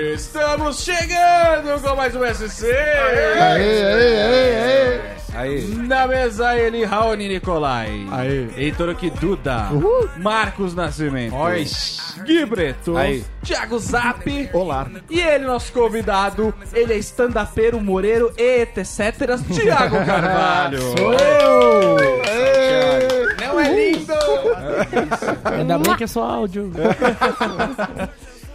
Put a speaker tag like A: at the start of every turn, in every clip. A: Estamos chegando com mais um SC.
B: Aê, aê, aê, aê.
C: Aí.
A: Na mesa ele, Raoni Nicolai.
B: Aê.
A: Heitor Kiduda. Marcos Nascimento. Gui Breto.
C: Aí.
A: Thiago Zap.
B: Olá.
A: E ele, nosso convidado, ele é stand-upero, moreiro e etc. Thiago Carvalho. Não é lindo!
D: Ainda bem que é só áudio.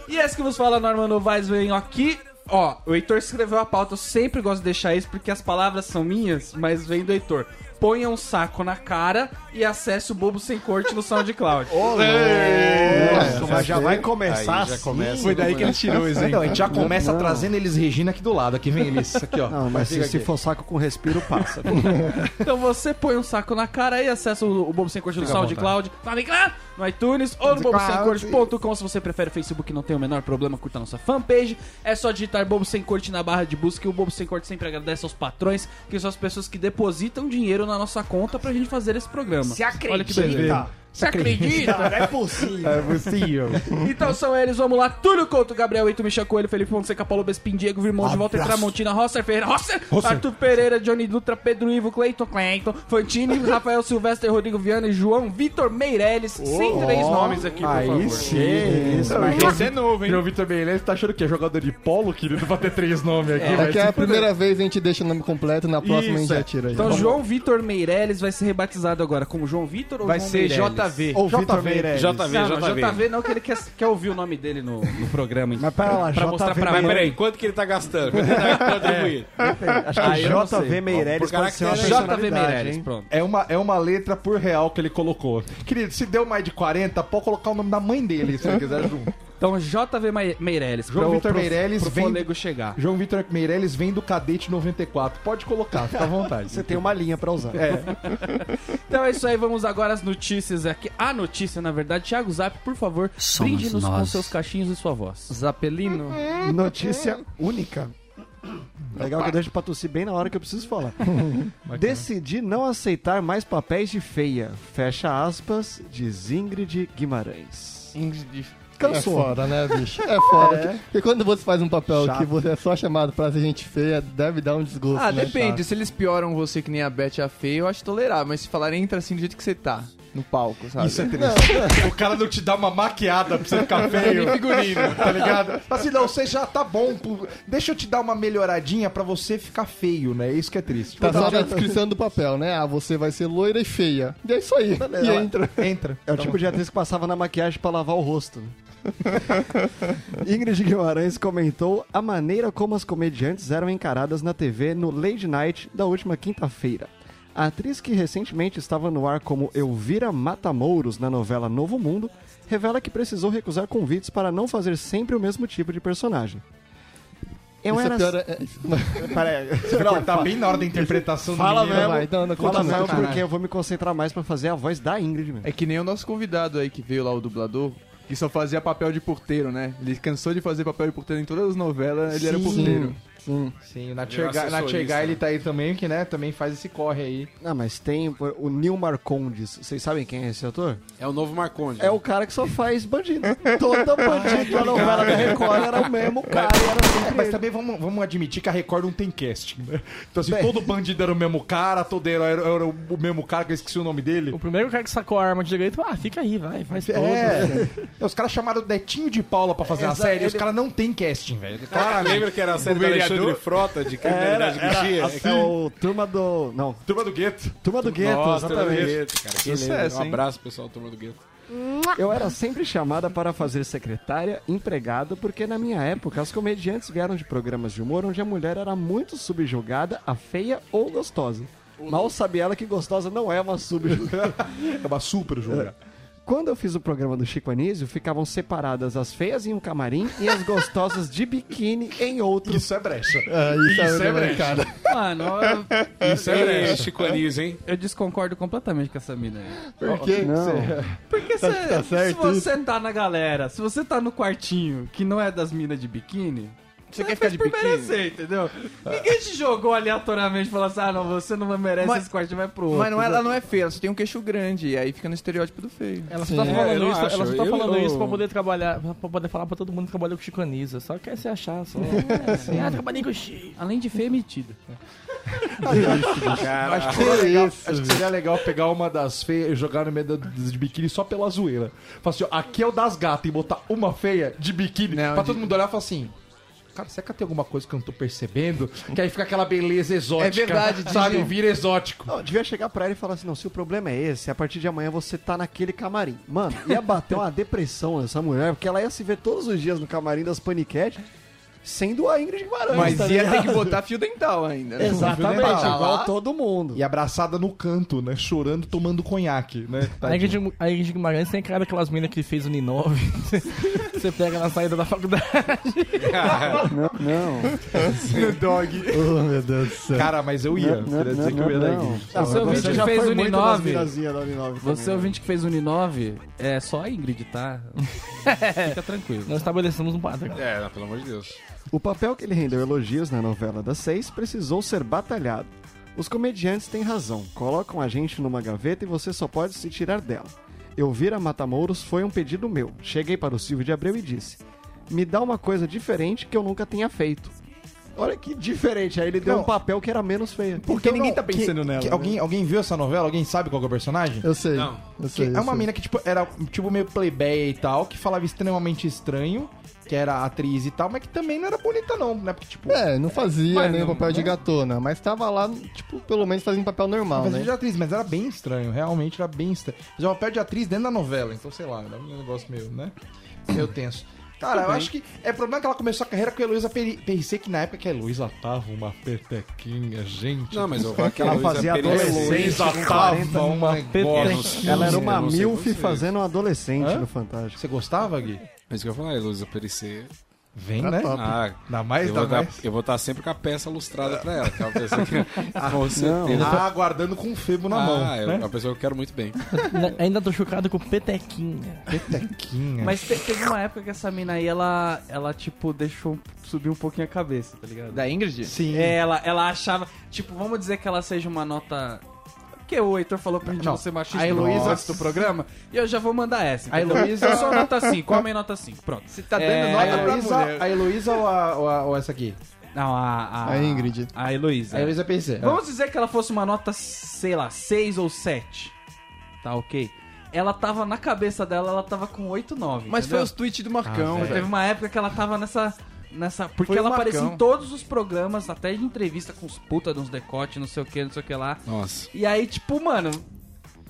A: E esse que vos fala, Norman Novaes, venho aqui. Ó, o Heitor escreveu a pauta, eu sempre gosto de deixar isso porque as palavras são minhas, mas vem do Heitor. Ponha um saco na cara e acesse o Bobo Sem Corte no SoundCloud.
B: Nossa,
E: mas já vai começar
C: Aí já
E: assim?
C: começa.
E: Foi daí que ele tirou o exemplo.
F: Não, a gente já começa trazendo eles Regina aqui do lado. Aqui vem eles, aqui ó.
B: Não, mas se,
F: Fica
B: se
F: aqui.
B: for saco com respiro, passa.
A: então você põe um saco na cara e acessa o, o Bobo Sem Corte no
F: Fica à
A: SoundCloud, SoundCloud, no iTunes ou no bobosemcorte.com. Se você prefere o Facebook, não tem o menor problema, curta a nossa fanpage. É só digitar Bobo Sem Corte na barra de busca e o Bobo Sem Corte sempre agradece aos patrões, que são as pessoas que depositam dinheiro na nossa conta pra gente fazer esse programa.
E: Se
A: Olha que beleza.
E: acredita.
A: Você acredita?
E: Não é possível.
A: Então são eles, vamos lá. Túlio Couto, Gabriel Eito, Michel Coelho, Felipe Fonseca, Paulo Bespin, Diego Virmão, de Walter Tramontina, Rosser Ferreira, Rosser, Arthur Pereira, Johnny Dutra, Pedro Ivo, Cleiton, Cleiton, Fantini, Rafael Silvestre, Rodrigo Viana e João Vitor Meirelles. sem três nomes aqui, por favor.
B: sim. Isso, mas
C: Você é novo, hein?
F: Meu Vitor Meirelles tá achando que é jogador de polo, querido, pra ter três nomes aqui.
B: é que é a primeira vez a gente deixa o nome completo, na próxima a gente já tira aí.
A: Então João Vitor Meirelles vai ser rebatizado agora como João Vitor ou
E: Vai
A: João
E: ser
A: Meirelles?
E: JV.
B: Ou Vitor
E: JV.
B: Meirelles.
C: JV,
A: Não, não,
C: JV.
A: JV não, que ele quer, quer ouvir o nome dele no, no programa.
B: Mas pera lá,
A: pra
B: JV
A: mostrar pra
C: Mas
A: mim.
C: peraí, quanto que ele tá gastando? Quanto ele tá contribuindo?
F: Acho
A: Ah, eu não sei.
E: JV Meirelles
C: Por
E: pode ser uma
C: caracteres.
A: JV
E: personalidade,
A: Meirelles,
E: hein?
A: pronto.
F: É uma, é uma letra por real que ele colocou. Querido, se deu mais de 40, pode colocar o nome da mãe dele, se ele quiser junto.
A: Então JV Mai- Meirelles,
F: João
A: pro-
F: Vitor
A: pro-
F: Meirelles
A: pro
F: vem-
A: Folego chegar.
F: João Vitor Meirelles vem do Cadete 94. Pode colocar, fica à vontade.
B: Você tem uma linha pra usar.
A: Então é isso aí, vamos agora às notícias aqui. A notícia, na verdade, Thiago Zap, por favor, brinde-nos com seus cachinhos e sua voz.
D: Zapelino.
B: Notícia única. Legal que eu deixo pra tossir bem na hora que eu preciso falar. Decidi não aceitar mais papéis de feia. Fecha aspas, diz Ingrid Guimarães. Cansou.
E: É foda,
B: né, bicho? É foda.
E: É.
B: E quando você faz um papel
E: Chato.
B: que você é só chamado pra ser gente feia, deve dar um desgosto.
D: Ah,
B: né?
D: depende. Se eles pioram você que nem a Beth e a Fê, eu acho tolerável. Mas se falarem, entra assim do jeito que você tá, no palco, sabe?
F: Isso é triste. o cara não te dá uma maquiada pra você ficar feio. figurino, tá ligado? Assim, não, você já tá bom. pô. Deixa eu te dar uma melhoradinha pra você ficar feio, né? Isso que é triste.
B: Tá só na descrição do papel, né? Ah, você vai ser loira e feia. E é isso aí. E entra.
F: Entra.
G: É o
B: Tá
G: tipo de atriz que passava na maquiagem pra lavar o rosto.
E: né? Ingrid Guimarães comentou a maneira como as comediantes eram encaradas na TV no Late Night da última quinta-feira. A atriz que recentemente estava no ar como Elvira Matamouros na novela Novo Mundo revela que precisou recusar convites para não fazer sempre o mesmo tipo de personagem.
B: Isso
E: Eu
B: é
E: era. assim.
B: pior, é- é-
F: tá bem na hora da interpretação
E: Fala
F: do menino.
E: mesmo.
B: vai, então, não, não,
E: Fala
B: continua.
E: não, porque eu vou me concentrar mais pra fazer a voz da Ingrid mesmo.
D: É que nem o nosso convidado aí que veio lá, o dublador, que só fazia papel de porteiro, né? Ele cansou de fazer papel de porteiro em todas as novelas, ele era
B: Sim.
D: porteiro.
B: Sim.
F: Sim, na
C: Virou
F: Tchergai na
C: assessorista.
F: Tchergai ele tá aí também, que né, também faz esse corre aí.
E: Ah, mas tem o- o Neil Marcondes. Vocês sabem quem é esse ator?
C: É o novo Marconde.
E: É o cara que só faz bandido. Todo bandido da novela da Record era o mesmo cara. Era sempre
F: É, Mas
E: ele.
F: também vamos, vamos admitir que a Record não tem casting, né? Então assim, todo bandido era o mesmo cara, todo herói era, era o mesmo cara, que eu esqueci o nome dele.
H: O primeiro cara que sacou a arma de direito, ah, fica aí, vai, faz tudo.
F: É, os caras chamaram o Netinho de Paula pra fazer a série, e os caras não tem casting, velho.
C: Cara, lembra que era a série do Alexandre Frota de criminalidade que tinha?
E: É o Turma do. Não,
F: Turma do Gueto.
E: Turma do Gueto,
C: Nossa, Turma do
E: exatamente.
C: Gueto, cara. Que
D: Sucesso,
C: lembra. Um
D: hein?
C: abraço, pessoal, Turma do Gueto.
E: Eu era sempre chamada para fazer secretária, empregada, porque na minha época as comediantes vieram de programas de humor onde a mulher era muito subjugada, a feia ou gostosa. Mal sabe ela que gostosa não é uma subjugada.
F: É uma super jogada.
E: Quando eu fiz o programa do Chico Anísio, ficavam separadas as feias em um camarim e as gostosas de biquíni em outro.
F: Isso é brecha.
B: É, isso,
F: Isso
B: é,
F: é
B: é cara.
A: Mano, eu,
C: Isso é Chico Anísio, hein?
A: eu desconcordo completamente com essa mina aí.
B: Por que que você...
A: Porque cê-
B: tá
A: se
B: certo
A: você tá na galera, se você tá no quartinho que não é das minas de biquíni,
D: Você quer ficar de
A: por
D: biquíni?
A: merecer, entendeu? Ninguém te jogou aleatoriamente e falou assim, ah, não, você não merece
D: Mas-
A: esse corte, vai pro outro.
D: Mas não, é- ela não é feia, ela só tem um queixo grande. E aí fica no estereótipo do feio.
H: Ela só tá
C: Sim, eu
H: falando
C: não
H: isso,
C: acho.
H: ela só tá
C: Eu-
H: falando
C: eu-
H: isso pra poder trabalhar, pra poder falar pra todo mundo que trabalhou com Chico Anísio. Só quer se achar, só. ah, trabalhei com o Chico.
A: Além de feio, é metido.
F: Cara, acho, que seria legal, acho que seria legal pegar uma das feias e jogar no meio da- das de biquíni só pela zoeira. Falar assim, ó, aqui é o das gatas e botar uma feia de biquíni
D: Não,
F: pra
D: de-
F: todo mundo olhar e falar assim. Cara, será que tem alguma coisa que eu não tô percebendo? Que aí fica aquela beleza exótica.
D: É verdade,
F: sabe?
D: Digi.
F: Vira exótico.
I: Não, eu devia chegar pra ela e falar assim: não, se o problema é esse, a partir de amanhã você tá naquele camarim. Mano, ia bater uma depressão nessa mulher, porque ela ia se ver todos os dias no camarim das paniquete, sendo a Ingrid Guimarães.
D: Mas
I: tá
D: ia ter
I: ligado?
D: que botar fio dental ainda, né?
I: Exatamente,
F: Tá lá.
I: igual todo mundo.
F: E abraçada no canto, né? Chorando, tomando conhaque, né?
H: A Ingrid, a Ingrid Guimarães tem cara daquelas meninas que fez o Ninove. Você pega na saída da faculdade.
B: Oh, meu Deus do céu.
F: Cara, mas eu ia. Queria dizer que eu ia da Ingrid.
A: Você ouvinte que
I: já
A: fez
I: foi muito nas
A: Uninove,
I: virazinhas da Uninove
A: você
I: também, né?
A: ouvinte que fez Uninove, é só a Ingrid, tá? Fica tranquilo.
H: Nós estabelecemos um padrão.
C: É, pelo amor de Deus.
I: O papel que ele rendeu elogios na novela das seis precisou ser batalhado. Os comediantes têm razão, colocam a gente numa gaveta e você só pode se tirar dela. Eu vir a Matamouros foi um pedido meu. Cheguei para o Silvio de Abreu e disse: Me dá uma coisa diferente que eu nunca tenha feito. Olha que diferente, aí ele deu
F: Não.
I: um papel que era menos feio. Então,
F: Porque
B: ninguém tá pensando nela, né?
F: alguém, alguém viu essa novela? Alguém sabe qual que é o personagem?
B: Eu sei.
C: Não.
B: Eu
F: Que
B: sei.
F: é
B: eu
F: uma
B: sei.
F: mina que, tipo, era tipo meio plebeia e tal, que falava extremamente estranho, que era atriz e tal, mas que também não era bonita, não, né? Porque, tipo,
B: É, não fazia
D: Mas
B: nem
D: não-
B: papel de gatona, mas tava lá, tipo, pelo menos fazendo papel normal,
F: fazia
B: né?
F: de atriz, mas era bem estranho, realmente era bem estranho. Fazia papel de atriz dentro da novela, então sei lá, era um negócio meio, né? Meio tenso. Cara, eu acho que é o problema é que ela começou a carreira com a Heloísa Peri- Pensei que na época que a Heloísa tava uma petequinha, gente.
C: Não, mas eu vou
I: Ela fazia
F: é
I: adolescente. com 40
F: tava uma negócio.
I: Ela era uma
C: Eu não sei
I: milf
C: vocês.
I: fazendo um adolescente
F: Hã?
I: no Fantástico.
F: Você gostava, Gui?
C: Mas o que eu falar, Heloísa Perecer.
F: Vem, né?
B: top.
C: Ah,
F: Dá mais,
C: eu
F: dá
C: vou, dar-
F: mais.
C: eu vou estar sempre com a peça lustrada pra ela. Que é uma pessoa que, com certeza.
F: Ah, aguardando com o febo na mão.
C: Ah, é
F: né?
C: uma pessoa que eu quero muito bem.
H: Na- Ainda tô chocado com Petequinha.
F: Petequinha.
A: Mas te- teve uma época que essa mina aí, ela, ela tipo, deixou subir um pouquinho a cabeça, tá ligado?
D: Da Ingrid?
F: Sim.
A: É, ela, ela achava. Tipo, vamos dizer que ela seja uma nota. Porque o Heitor falou pra gente
F: Não,
A: não ser machista
F: a Heloísa-
A: no antes do programa. E eu já vou mandar essa.
F: A
A: entendeu?
F: Heloísa-
A: Eu sou nota 5, homem nota 5. Pronto.
D: Você tá
A: É,
D: dando
F: A
D: nota pra
F: Heloísa,
D: mulher.
F: a Heloísa ou, a- ou a- ou essa aqui?
A: Não, a. A,
B: A Ingrid.
A: A Heloísa.
F: A
C: é.
F: Heloísa PC.
D: É.
A: Vamos dizer que ela fosse uma nota, sei lá, 6 ou 7. Tá ok? Ela tava na cabeça dela, ela tava com 8, 9.
D: Mas foi
A: entendeu?
D: os tweets do Marcão,
A: Mas teve
D: velho.
A: uma época que ela tava nessa. nessa porque
D: Foi o
A: ela aparecia
D: Marcão.
A: em todos os programas, até de entrevista com os puta de uns decote, não sei o que, não sei o que lá.
C: Nossa.
A: E aí, tipo, mano.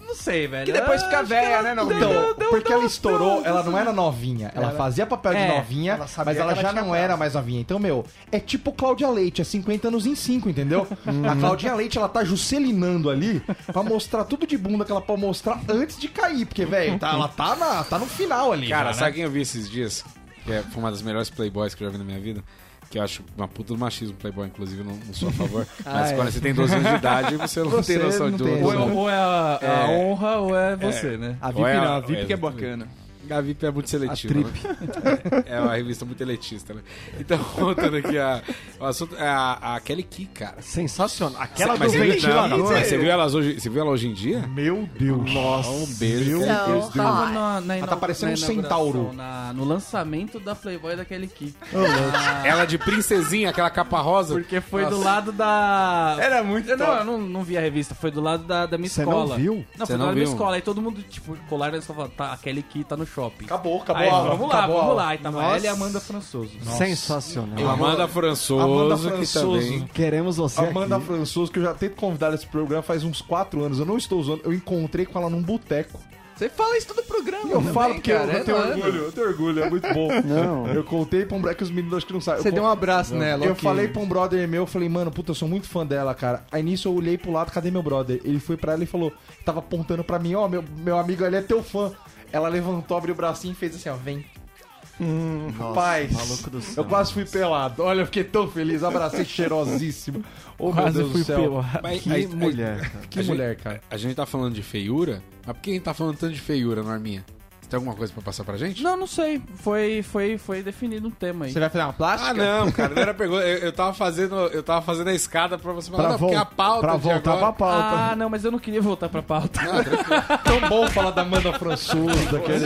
A: Não sei, velho.
D: Que depois fica velha, né, não?
F: Então, porque ela estourou, ela não era novinha. Ela fazia papel de
A: É,
F: novinha,
B: ela sabia
F: mas ela
B: que ela
F: já
B: tinha
F: não era mais novinha. Então, meu, é tipo Cláudia Leite, é 50 anos em 5, entendeu?
C: Uhum.
F: a Claudinha Leite, ela tá juscelinando ali pra mostrar tudo de bunda que ela pode mostrar antes de cair. Porque, velho, tá- ela tá, na- tá no final ali.
C: Cara,
F: já,
C: sabe quem eu vi esses dias? Que é, foi uma das melhores playboys que eu já vi na minha vida. Que eu acho uma puta do machismo playboy, inclusive, não, não sou a favor. Mas quando você tem 12 anos de idade, você não
F: Ah, é. Você
C: tem noção
F: não
C: de um-
F: tem.
A: Ou é,
C: noção.
A: ou é a, a honra ou é você, né?
D: A
C: Ou
D: VIP
C: é
D: não, a
C: a-
D: VIP
C: é,
D: que é
C: exatamente.
D: Ah, bacana.
C: A VIP é muito seletiva. né? É uma revista muito elitista, né? Então, contando aqui a, o assunto. é A, a Kelly Key, cara.
I: Sensacional. Aquela
C: mas
I: do
C: você viu, não, não,
I: ventilador.
C: mas você viu elas hoje? Você viu ela hoje em dia?
F: Meu Deus. Nossa.
C: Um beijo. Kelly
J: Não,
C: Key.
A: Tava na, na
F: Ela tá parecendo
A: na
F: um
A: inauguração,
F: centauro.
A: na- no lançamento da Playboy daquele Kiki. Ah,
C: Ela de princesinha, aquela capa rosa.
A: Porque foi do lado da.
D: Era muito
A: Eu não,
D: top.
A: eu não, não vi a revista, foi do lado da, da minha
I: Você não
A: escola.
I: viu?
A: Não, foi
C: Você
A: do lado
C: não
A: da minha
C: viu?
A: escola. Aí todo mundo, tipo, colaram na escola e falaram, tá, aquele que tá no shopping.
F: Acabou, acabou
A: Aí,
F: a aula.
A: vamos lá,
F: acabou a
A: vamos
F: aula.
A: lá. E tava ela e a Amanda Françoso.
I: Sensacional.
C: Amanda Françoso,
F: Amanda
C: que
F: Françoso.
C: também.
I: Queremos você
F: Amanda
I: aqui.
F: Françoso, que eu já tento convidar esse programa faz uns 4 anos, eu não estou usando, eu encontrei com ela num boteco.
D: Você fala isso todo programa.
F: Eu
D: também,
F: falo porque eu,
D: cara, é
F: eu tenho um
D: nada.
F: orgulho, eu tenho orgulho, é muito bom.
I: Não.
F: Eu contei pra um brother que os meninos acho que não sabem.
D: Você
F: eu
D: deu um abraço
F: eu
D: nela. ok.
F: falei pra um brother meu, eu falei, mano, puta, eu sou muito fã dela, cara. Aí nisso eu olhei pro lado, cadê meu brother? Ele foi pra ela e falou, tava apontando pra mim, ó, meu, meu amigo, ele é teu fã. Ela levantou, abriu o bracinho e fez assim, ó, vem.
I: Nossa,
F: Paz.
I: maluco do céu.
F: Eu quase fui pelado. Olha, eu fiquei tão feliz, abracei cheirosíssimo. Ô, meu
H: Quase
F: Deus
H: fui
F: do céu.
H: pelo.
C: Mas-
I: Que
C: aí- aí-
I: mulher, cara.
F: Que
C: A gente-
F: mulher, cara.
C: A gente tá falando de feiura, mas por que a gente tá falando tanto de feiura, Norminha? Você Tem alguma coisa pra passar pra gente?
A: Não, não sei. Foi, foi, foi definido um tema aí.
F: Você vai fazer uma plástica?
C: Ah, não, cara, não era pergunta. Eu, eu tava fazendo, eu tava fazendo a escada pra você falar,
E: Pra
C: não, porque é
E: vol-
C: a pauta
E: pra
C: de
E: voltar pra
C: agora...
E: pauta.
A: Ah, não, mas eu não queria voltar pra pauta.
F: Tão bom falar da Amanda Françuda.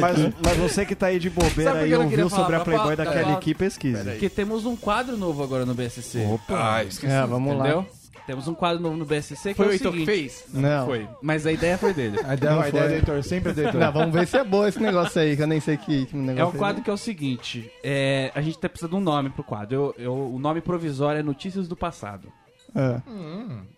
E: Mas, mas você que tá aí de
A: Sabe
E: bobeira
A: por que
E: aí
A: eu não
E: ouviu
A: queria falar?
E: sobre a
A: Pra
E: Playboy
A: pauta,
E: da Kelly
A: pauta.
E: Key, pesquisa.
A: Porque temos um quadro novo agora no BSC.
C: Ah, esqueci.
B: É, vamos lá.
A: entendeu? Temos um quadro novo no BSC que
D: Foi
A: é
D: o
A: o
D: Heitor que
A: seguinte.
D: fez?
B: Não.
A: Foi, mas a ideia foi dele.
F: A ideia,
B: Não
F: a ideia
B: foi.
F: do Heitor, sempre é do Heitor.
B: Não, vamos ver se é boa esse negócio aí, que eu nem sei que, que negócio
A: É um quadro que é o seguinte: é, a gente tá precisando de um nome pro quadro. Eu- eu- o nome provisório é Notícias do Passado.
B: É.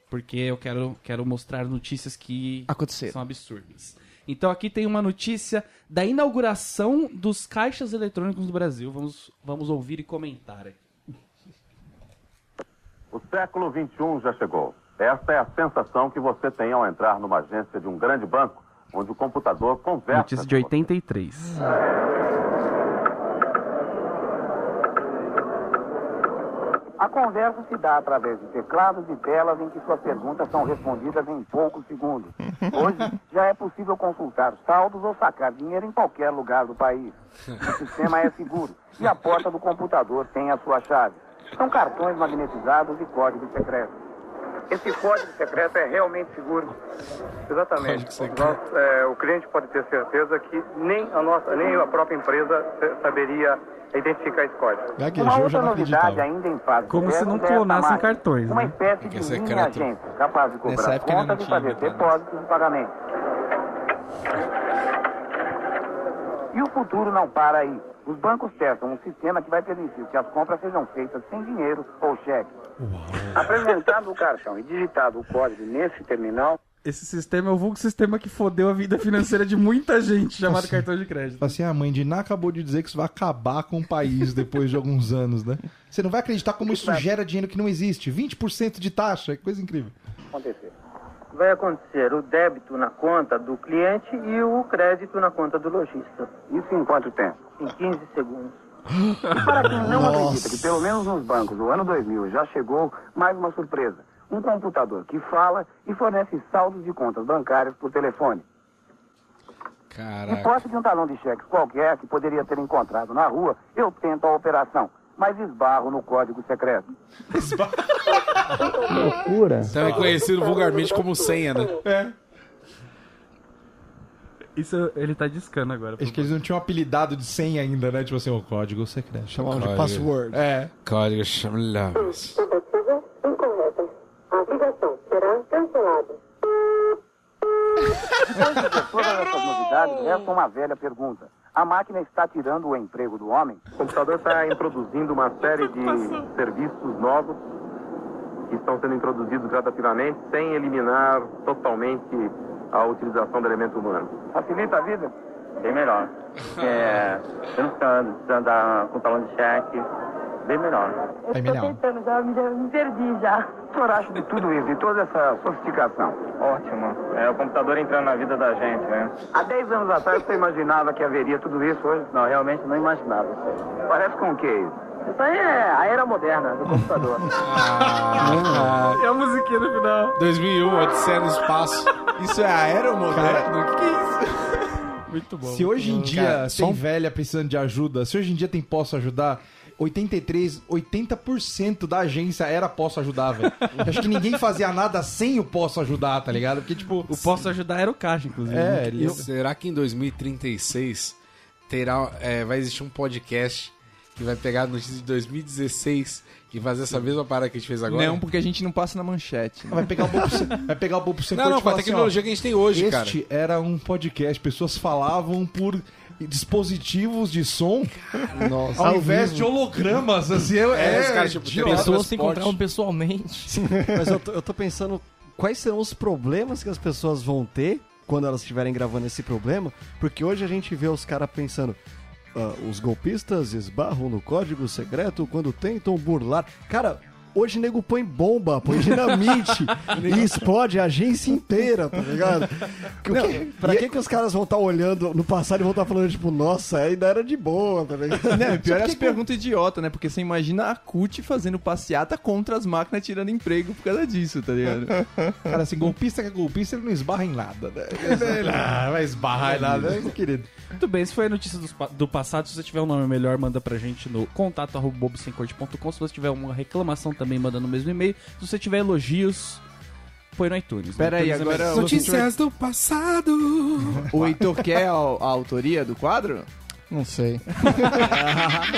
A: Porque eu quero, quero mostrar notícias que
B: Aconteceu.
A: são absurdas. Então aqui tem uma notícia da inauguração dos caixas eletrônicos do Brasil. Vamos, vamos ouvir e comentar aqui.
J: O século XXI já chegou. Esta é a sensação que você tem ao entrar numa agência de um grande banco, onde o computador conversa.
A: Notícia de
J: com você.
A: 83.
J: A conversa se dá através de teclados e telas em que suas perguntas são respondidas em poucos segundos.
A: Uhum.
J: Hoje, já é possível consultar saldos ou sacar dinheiro em qualquer lugar do país. O sistema é seguro e a porta do computador tem a sua chave. São cartões magnetizados e código secreto. Esse código secreto é realmente seguro.
C: Código
J: Exatamente.
C: secreto.
J: Nós, é, o cliente pode ter certeza que nem a, nossa, nem a própria empresa eh, saberia identificar esse código. Uma
F: Gaguejou, já
J: outra
F: não
J: novidade
F: acreditava.
J: ainda em fase
A: Como
J: de
A: se
J: teste
A: não
J: é essa
A: clonassem
J: máquina,
A: cartões,
J: Uma
A: né?
J: espécie
C: Porque é
J: de linha
C: secreto.
J: agente capaz de
F: Nessa
J: cobrar
F: época ele não
J: contas e
F: tinha
J: fazer
F: inventado
J: depósitos e pagamentos. E o futuro não para aí. Os bancos testam um sistema que vai permitir que as compras sejam feitas sem dinheiro ou cheque. Apresentado o cartão e digitado o código nesse terminal,
A: Esse sistema é o vulgo sistema que fodeu a vida financeira de muita gente, chamado cartão de crédito.
F: Fala assim, a mãe de Iná acabou de dizer que isso vai acabar com o país depois de alguns anos, né? Você não vai acreditar como isso gera dinheiro que não existe. 20% de taxa, que coisa incrível.
J: acontecer.
K: Vai acontecer o débito na conta do cliente e o crédito na conta do lojista,
J: Isso em quanto tempo?
K: em 15 segundos.
J: Para quem não acredita que pelo menos nos bancos o ano 2000 já chegou, mais uma surpresa. Um computador que fala e fornece saldos de contas bancárias por telefone. E
C: Caraca.
J: posse de um talão de cheques qualquer que poderia ser encontrado na rua, eu tento a operação, mas esbarro no código secreto.
C: Também então é conhecido vulgarmente como senha, né?
A: Isso ele tá discando agora.
F: Acho que eles não tinham apelidado de senha ainda, né? Tipo assim, o código secreto.
I: Chamava de
C: Olha.
I: password.
F: É.
C: Código chamas.
J: Todas essas novidades restam uma velha pergunta. A máquina está tirando o emprego do homem? O computador está introduzindo uma série de serviços novos que estão sendo introduzidos gradativamente, sem eliminar totalmente a utilização do elemento humano. Facilita a vida?
K: Bem melhor. É, eu não preciso andar com talão de cheque, bem melhor.
F: É melhor.
K: tentando, já me, me perdi já.
J: O senhor acha de tudo isso, de toda essa sofisticação?
K: Ótimo. É o computador entrando na vida da gente, né?
J: Há 10 anos atrás você imaginava que haveria tudo isso hoje?
K: Não, realmente não imaginava isso aí.
J: Parece com o que isso?
K: Isso aí é a era moderna do computador.
A: É a musiquinha no final.
C: 2001, Odisseia no Espaço.
F: Isso é aeromoderno? O que, é isso?
A: Muito bom.
F: Se hoje em dia
C: Cara,
F: tem
C: só um-
F: velha precisando de ajuda, se hoje em dia tem posso ajudar, 83, 80% da agência era posso ajudar, velho. Eu Acho que ninguém fazia nada sem o posso ajudar, tá ligado? Porque, tipo...
A: O Posso Ajudar era o caixa, inclusive.
F: É, ele...
C: Será que em 2036 terá, é, vai existir um podcast que vai pegar a notícia de 2016 e fazer essa mesma parada que a gente fez agora?
D: Não, porque a gente não passa na manchete.
F: Vai pegar o bobo, sem- vai pegar o bobo sem
C: Não,
F: corte e
C: não, com a
F: falar assim, ó,
C: tecnologia que a gente tem hoje, cara.
F: Este era um podcast, pessoas falavam por dispositivos de som
I: Nossa.
F: ao invés de hologramas, assim, é,
C: É, os
F: é
C: caras, tipo,
F: idiota.
C: pessoas-
H: Pessoas se encontravam pessoalmente.
I: Mas eu tô, eu tô pensando quais serão os problemas que as pessoas vão ter quando elas estiverem gravando esse problema, porque hoje a gente vê os caras pensando. "Ah, os golpistas esbarram no código secreto quando tentam burlar. Cara,
E: Hoje nego põe bomba, põe dinamite e explode a agência inteira, tá ligado? Que, não, pra que, que os caras vão estar olhando no passado e vão estar falando, tipo, nossa, ainda era de boa, tá ligado?
D: Não, e pior é as perguntas idiota, né? Porque você imagina a CUT fazendo passeata contra as máquinas tirando emprego por causa disso, tá ligado?
F: Cara, assim, golpista que é golpista, ele não esbarra em nada, né?
C: Ah, vai esbarrar em nada.
F: Né, querido?
A: Muito bem, isso foi a notícia dos pa- do, passado. Se você tiver um nome melhor, manda pra gente no contato arroba bobosemcorte.com. Se você tiver uma reclamação também, manda no mesmo e-mail. Se você tiver elogios, põe no iTunes.
D: Pera aí,
A: iTunes é
D: agora
A: melhor.
C: Notícias do passado.
D: O Heitor quer a, a autoria do quadro?
F: Não sei.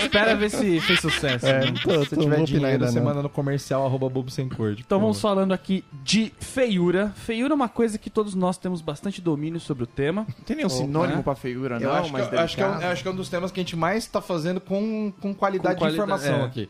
A: Espera ver se fez sucesso.
B: É,
A: né?
F: Tô,
A: Se
F: tô
A: tiver
F: não
A: dinheiro,
F: opinando,
A: você
B: né?
F: você
A: manda.
F: manda no comercial arroba bobo sem cor.
A: Então vamos falando aqui de feiura. Feiura é uma coisa que todos nós temos bastante domínio sobre o tema.
D: Não tem nenhum sinônimo pra figura, né? não?
F: Eu acho,
D: mas
F: que, eu acho que é um,
D: delicado.
F: eu acho que é um dos temas que a gente mais tá fazendo com, com qualidade
A: Com quali-
F: de informação
A: é.
F: aqui.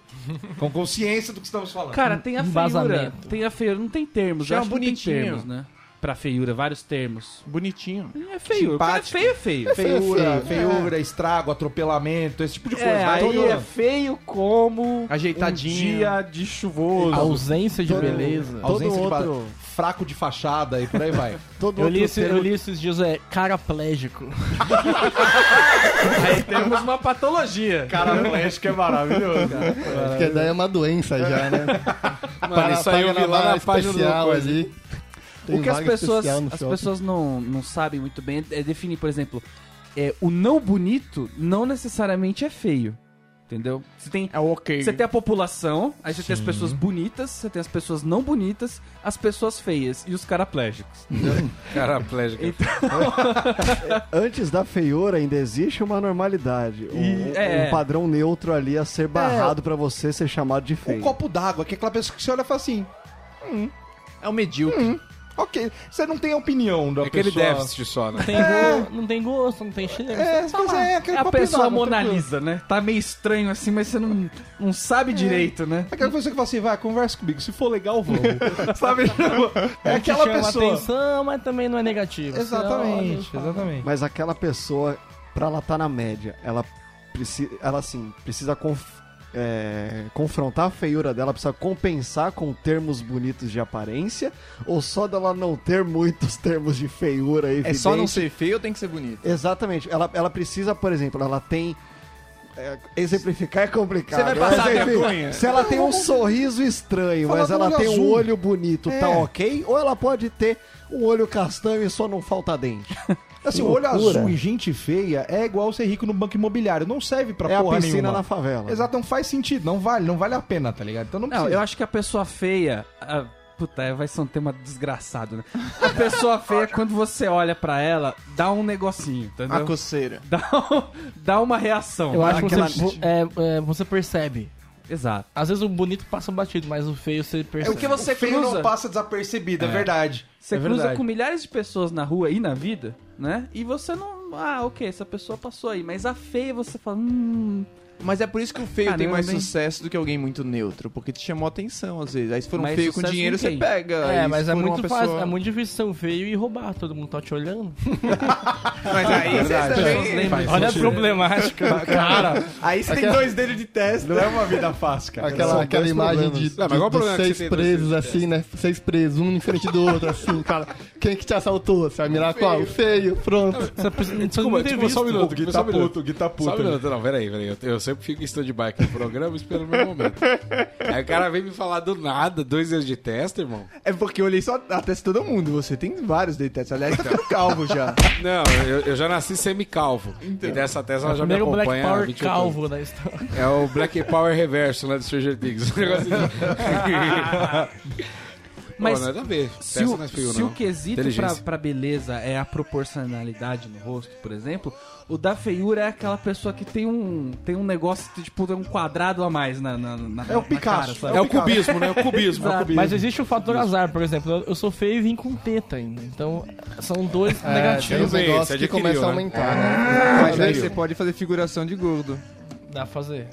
F: Com consciência do que estamos falando.
A: Cara, tem a feiura.
H: Embasamento.
A: Tem a feiura, não tem termos.
D: Chama
A: eu acho que não tem
D: bonitinho.
A: termos, né? Pra feiura, vários termos.
D: Bonitinho.
A: É feio. O cara é
F: Simpático.
A: feio, é feio.
F: feiura, feiura, estrago, atropelamento, esse tipo de coisa.
A: É, aí
F: Vai todo-
A: é feio como
D: Ajeitadinho.
A: um dia de chuvoso.
H: A ausência de beleza.
F: ausência
E: Todo
F: de ba-
E: outro-
F: fraco de fachada e por aí vai.
E: Todo
H: Eu li,
E: outro
H: esse,
E: termo-
H: eu li esses dias, é caraplégico.
A: Aí temos uma patologia.
F: Cara, o México é maravilhoso, cara.
B: Porque daí é uma doença já, né?
C: Mano, isso aí eu vi lá na página do
B: especial
C: coisa.
B: ali.
A: o que as
B: vaga
A: pessoas,
B: especial no
A: as
B: shopping.
A: pessoas não, não sabem muito bem é definir, por exemplo, é, o não bonito não necessariamente é feio. Entendeu? Você tem,
D: É ok.
A: você tem a população, aí você tem as pessoas bonitas, você tem as pessoas não bonitas, as pessoas feias e os caraplégicos.
F: Hum.
C: Cara, plégico.
E: Antes da feiura ainda existe uma normalidade. um,
A: é.
E: um padrão neutro ali a
D: É.
E: ser barrado pra você ser chamado de
F: Um
E: feio.
F: copo d'água, que é aquela pessoa que você olha e fala assim, hum,
D: É o medíocre.
F: ok, você não tem a opinião da
C: É Aquele
F: pessoa.
C: déficit só, né?
H: Tem go- Não tem gosto, não tem cheiro.
F: É, mas é aquele
A: É a
F: copo
A: pessoa
F: d'água,
A: Mona
F: tranquilo.
A: Lisa, né? Tá meio estranho assim, mas você não, não
F: É.
A: sabe direito, né?
F: Aquela pessoa que fala assim, vai, conversa comigo, se for legal, vamos. Sabe? É aquela
H: chama
F: pessoa.
H: atenção, mas também não é negativo. Você
F: Exatamente,
H: olha e fala,
F: exatamente.
E: Mas aquela pessoa, pra ela estar na média, ela precisa, ela assim, precisa conf- é, confrontar a feiura dela, precisa compensar com termos bonitos de aparência, ou só dela não ter muitos termos de feiura
D: É
E: evidente?
D: só não ser feio ou tem que ser bonito?
E: Exatamente. Ela, ela precisa, por exemplo, ela tem. é, exemplificar é complicado.
F: Você vai passar
E: mas,
F: vergonha.
E: Se ela tem um sorriso estranho,
F: Fala
E: mas
F: do
E: ela
F: olho
E: tem um
F: azul. É.
E: olho bonito, tá ok? Ou ela pode ter um olho castanho e só não falta dente.
F: Assim, o olho azul e gente feia é igual ser rico no banco imobiliário. Não serve pra
E: é a
F: porra
E: piscina
F: nenhuma.
E: na favela.
F: Exato, não faz sentido, não vale, não vale a pena, tá ligado? Então não
A: Não,
F: precisa.
A: eu acho que a pessoa feia. ah, puta, é, vai ser um tema desgraçado, né? A pessoa feia, quando você olha pra ela, dá um negocinho,
D: A
A: entendeu?
D: coceira.
A: Dá, um- dá uma reação.
H: Eu acho que
E: Aquela-
H: você, é, é, você percebe.
A: Exato.
H: Às vezes o bonito passa batido, mas o feio você percebe.
A: É que você
F: o feio
A: cruza.
F: não passa desapercebido, é, verdade.
A: Você
F: é
A: cruza
F: verdade.
A: com milhares de pessoas na rua e na vida, né? E você não. Ah, ok, essa pessoa passou aí. Mas a feia você fala. Hum.
D: Mas é por isso que o feio tem
A: Caramba,
D: mais
A: hein?
D: sucesso do que alguém muito neutro, porque te chamou atenção às vezes. Aí se for um
A: Mais
D: feio com
A: sucesso
D: dinheiro,
A: com
D: você
A: quem?
D: pega. Aí
H: É,
D: se
H: mas é
F: Tipo,
D: for uma
H: muito
D: pessoa-
H: fácil, é muito difícil ser um feio e roubar, todo mundo tá te olhando.
D: Mas é- aí vocês
A: É,
D: também...
H: Olha a problemática do cara.
D: Aí você tem dois dedos de testa.
F: Não é uma vida fácil, cara.
B: Aquela, aquela imagem de,
C: Não, mas qual o
B: de- dos
C: problema que você
B: seis
C: tem
B: presos, assim, né? Seis presos, um em frente do outro, assim, cara. Quem que te assaltou? Você vai mirar qual? Feio, pronto.
H: Você precisa,
C: Desculpa,
H: não tem
C: desculpa, só um
H: visto.
C: minuto, Gui, só um minuto.
F: Guita
C: Só um minuto, não, peraí, peraí. Eu, eu sempre fico em stand-by aqui no programa esperando o meu momento. Aí o cara vem me falar do nada, dois anos de testa, irmão.
D: É porque eu olhei só a testa de todo mundo. Você tem vários dedos de testa. Aliás, tá ficando calvo já.
C: Não, eu, eu já nasci semi-calvo. E dessa testa ela já me
H: É Primeiro Black
C: acompanha há
H: Power
C: 28 anos.
H: calvo da história.
C: É o Black Power Reverso lá do Stranger Things. Um negócio assim.
A: Mas
C: Pô, nada a ver.
A: Se
C: Testa
A: o,
C: não é feio,
A: se
C: não.
A: o quesito pra,
C: Inteligência.
A: pra beleza é a proporcionalidade no rosto, por exemplo, o da feiura é aquela pessoa que tem um, tem um negócio, que, tipo, tem um quadrado a mais na, na, na
F: É o
A: na
F: Picasso.
A: cara, sabe?
C: É o cubismo, né? O cubismo.
A: Exato.
H: Mas existe o fator azar, por exemplo. eu- Eu sou feio e vim com teta ainda. Então, são dois
B: É,
H: negativos.
B: tem
C: Tudo
B: uns
C: bem,
B: negócios
C: você
B: que
C: adquiriu,
B: começam a
C: né?
B: aumentar, né?
D: Mas aí
B: Adquiriu.
D: você pode fazer figuração de gordo.
H: Dá pra fazer.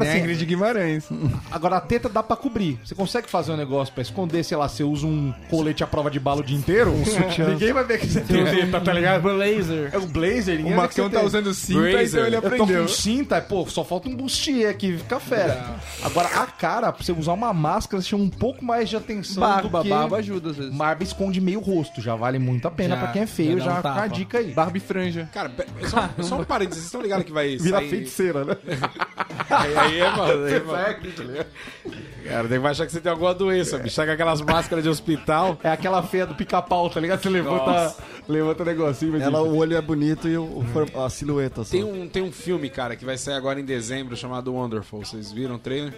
B: Nem a
F: assim,
B: Ingrid Guimarães.
F: agora a teta dá pra cobrir. Você consegue fazer um negócio pra esconder, sei lá, você usa um colete à prova de bala o dia inteiro? Um sutiã. Ninguém vai ver que você tem teta, tá ligado?
H: Blazer.
F: É um blazer, ninguém
C: O
F: vai ver que você
C: Macão tá
F: tem.
C: usando cinta, então ele
F: Eu tô
C: aprendeu.
F: com cinta, pô, só falta um bustier aqui, fica fera. Agora, a cara, pra você usar uma máscara, você chama um pouco mais de atenção
D: Barba,
F: do que...
D: barba ajuda às vezes.
F: Barba esconde meio rosto, já vale muito a pena
H: Já,
F: pra quem é feio,
H: já dá
F: já
H: um
F: fica
H: tapa.
F: a dica aí.
D: Barba e franja.
C: Cara, pe- só, só um parênteses, vocês estão ligados que vai
B: Vira
C: sair...
B: feiticeira, né?
C: Aí, aí é foda, aí é foda. Cara, tem que achar que você tem alguma doença, bicho. Tá com aquelas máscaras de hospital.
F: É aquela feia do pica-pau, tá ligado? Você levanta, levanta o negocinho, mas
I: Ela, o olho é bonito e o- o form- a silhueta só.
C: Tem um, tem um filme, cara, que vai sair agora em dezembro chamado Wonderful. Vocês viram o trailer?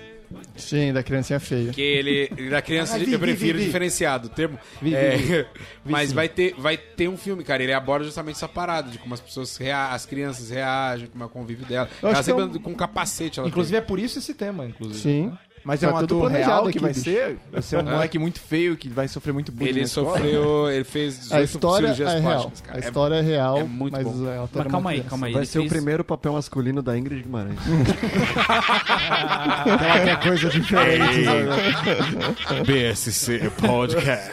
B: Sim, da criancinha feia.
C: Que ele, ele da criança,
F: Ah, vi, vi,
C: eu prefiro
F: vi, vi.
C: diferenciado o termo.
F: Vi,
C: É,
F: vi, vi.
C: mas
F: sim.
C: vai ter, vai ter um filme, cara. Ele aborda justamente essa parada de como as pessoas, rea as crianças reagem, como é o convívio dela. Ela
B: acho que
C: sempre
B: é um-
C: anda com capacete. Ela
F: Inclusive é por isso esse tema, inclusive.
B: Sim.
D: Mas é
B: Tá
D: um
B: tudo
D: ator
B: planejado
D: real que
B: aqui,
D: vai
B: bicho. É.
D: ser. Vai ser um moleque muito feio que vai sofrer
F: é
D: muito bullying. na
C: ele
D: escola.
C: sofreu, ele fez 18
B: A história
C: cirurgias
B: é real.
C: plásticas,
B: A
C: cara. É-
B: história é real,
C: é muito
B: mas
C: bom.
B: ela tá
H: Mas
B: numa
H: calma aí,
B: criança.
H: calma aí.
I: Vai
H: ele
I: ser o
H: fez-
I: primeiro papel masculino da Ingrid Guimarães. Ela quer coisa diferente. sabe?
C: BSC Podcast.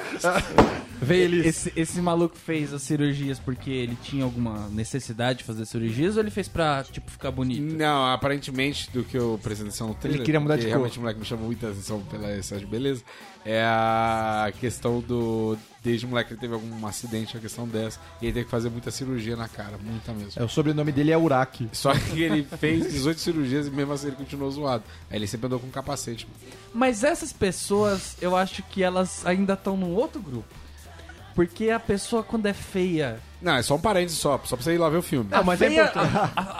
A: Esse, esse maluco fez as cirurgias porque ele tinha alguma necessidade de fazer cirurgias ou ele fez pra, tipo, ficar bonito?
C: Não, aparentemente, do que eu prestei atenção no trailer,
D: queria mudar de
C: porque
D: cor.
C: realmente o moleque me chamou muita atenção pela essa de beleza, é a questão do... Desde o moleque ele teve algum acidente, a questão dessa, e ele teve que fazer muita cirurgia na cara, muita mesmo.
F: É, o sobrenome dele é Uraki.
C: Só que ele fez 18 cirurgias e mesmo assim ele continuou zoado. Aí ele sempre andou com capacete.
A: Mas essas pessoas, eu acho que elas ainda estão num outro grupo. Porque a pessoa, quando é feia.
C: Não, é só um parênteses só, só pra você ir lá ver o filme.
A: a, feia a,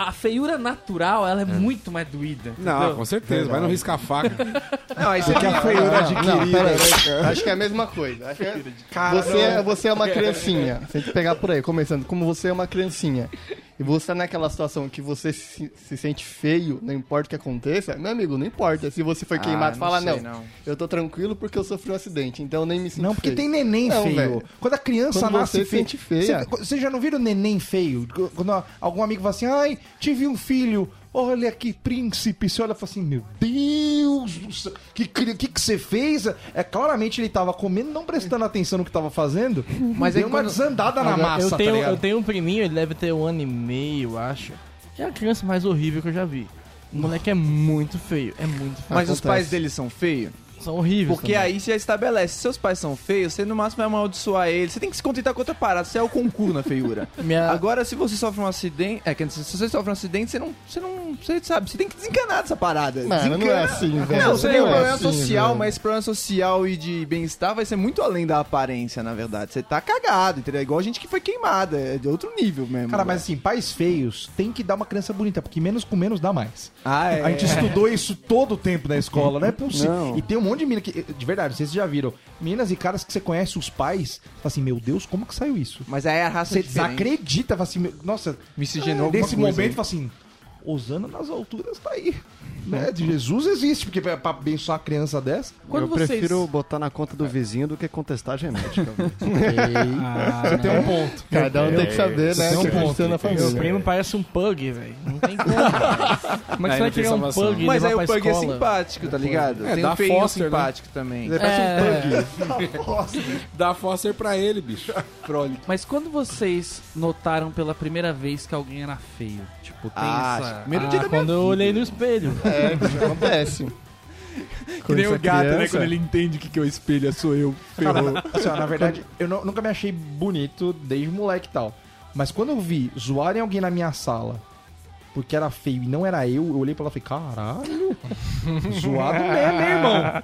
A: a- a feiura natural, ela é, muito mais doída.
C: Não, com certeza, vai no risca faca.
D: Não, aí você
B: Que a feiura
I: adquirida,
B: Não, pera aí. Acho que é a mesma coisa. Acho que é- Você, é, você é uma criancinha. Você tem que pegar por aí, começando. Como você é uma criancinha e você tá naquela situação que você se, se sente feio, não importa o que aconteça, meu amigo, não importa. Se você foi queimado, fala, não, eu tô tranquilo porque eu sofri um acidente, então eu nem me sinto
F: Não, porque
B: feio."
F: tem neném
B: Não,
F: feio.
B: velho.
F: Quando a criança
B: Quando
F: nasce
B: você sente feia.
F: Você, você já não viram neném feio? Quando a- algum amigo fala assim, ai, tive um filho, olha que príncipe. Você olha e fala assim, meu Deus do céu, que, cri- que que você fez? É, claramente ele tava comendo, não prestando atenção no que tava fazendo, mas aí uma desandada na
B: Agora,
F: massa,
H: eu, tenho,
F: tá ligado?
H: eu tenho um priminho, ele deve ter um ano e meio, eu acho. É a criança mais horrível que eu já vi. O moleque é muito feio, é muito feio.
D: Mas os pais dele são feios?
H: São horríveis.
D: Porque
H: também.
D: aí você já estabelece, se seus pais são feios, você no máximo vai amaldiçoar eles. Você tem que se contentar com outra parada, você é o concurso na feiura.
H: Minha-
D: Agora, se você sofre um acidente. É, quer dizer, se você sofre um acidente, você não. Você não. Você sabe, você tem que desencanar dessa parada.
B: Mano, não é
D: Desencana.
B: assim, velho.
D: Não, você tem um
B: é
D: problema
B: assim,
D: social,
B: velho.
D: mas esse problema social e de bem-estar vai ser muito além da aparência, na verdade. Você tá cagado, entendeu? É igual a gente que foi queimada, é de outro nível mesmo.
F: Cara, mas assim, pais feios tem que dar uma criança bonita, porque menos com menos dá mais.
D: Ah, é.
F: A gente estudou isso todo o tempo na escola, não é possível.
E: Não.
F: E tem um monte de mina que, de verdade, vocês já viram, meninas e caras que você conhece os pais, você fala assim, meu Deus, como que saiu isso?
D: Mas aí a raça
F: Você
D: é diferente.
F: desacredita, fala assim, meu- nossa,
D: Miscigenou alguma
F: nesse
D: coisa
F: momento,
D: aí.
F: fala assim, Osana nas alturas tá aí. Né? De Jesus existe, porque pra, pra abençoar uma criança dessa.
A: Quando
I: eu
A: vocês.
I: prefiro botar na conta do vizinho do que contestar a genética.
H: Ah,
F: Tem um ponto.
B: Cada um tem que saber, né?
F: Tem um
B: o que
F: ponto.
B: aconteceu na
H: meu
B: família.
H: primo parece um pug, velho. Não tem como. velho. Como é que você vai
C: não tem
H: criar um
C: salvação.
H: pug? e
D: Mas aí
H: levar
D: o
H: pra
D: Pug é
H: escola?
D: simpático, tá ligado?
C: É,
D: Tem
C: dá
D: um feinho
C: Foster, né?
D: simpático também.
B: Ele parece
H: É.
B: um pug.
C: Dá foster pra ele, bicho.
A: Mas quando vocês notaram pela primeira vez que alguém era feio? Tipo, tem
D: Ah,
A: essa.
D: primeiro
H: Ah,
D: dia da minha
H: quando eu olhei no espelho.
B: É, bicho, acontece.
D: Que nem
B: Quando
D: o
B: você é
D: gato, né?
B: criança-
D: Quando ele entende o que, que é o espelho, é sou eu. Ferrou.
F: Assim, ó, na verdade, eu nu- nunca me achei bonito desde moleque e tal. Mas quando eu vi zoarem alguém na minha sala porque era feio e não era eu, eu olhei pra ela e falei, caralho, zoado mesmo, hein, irmão?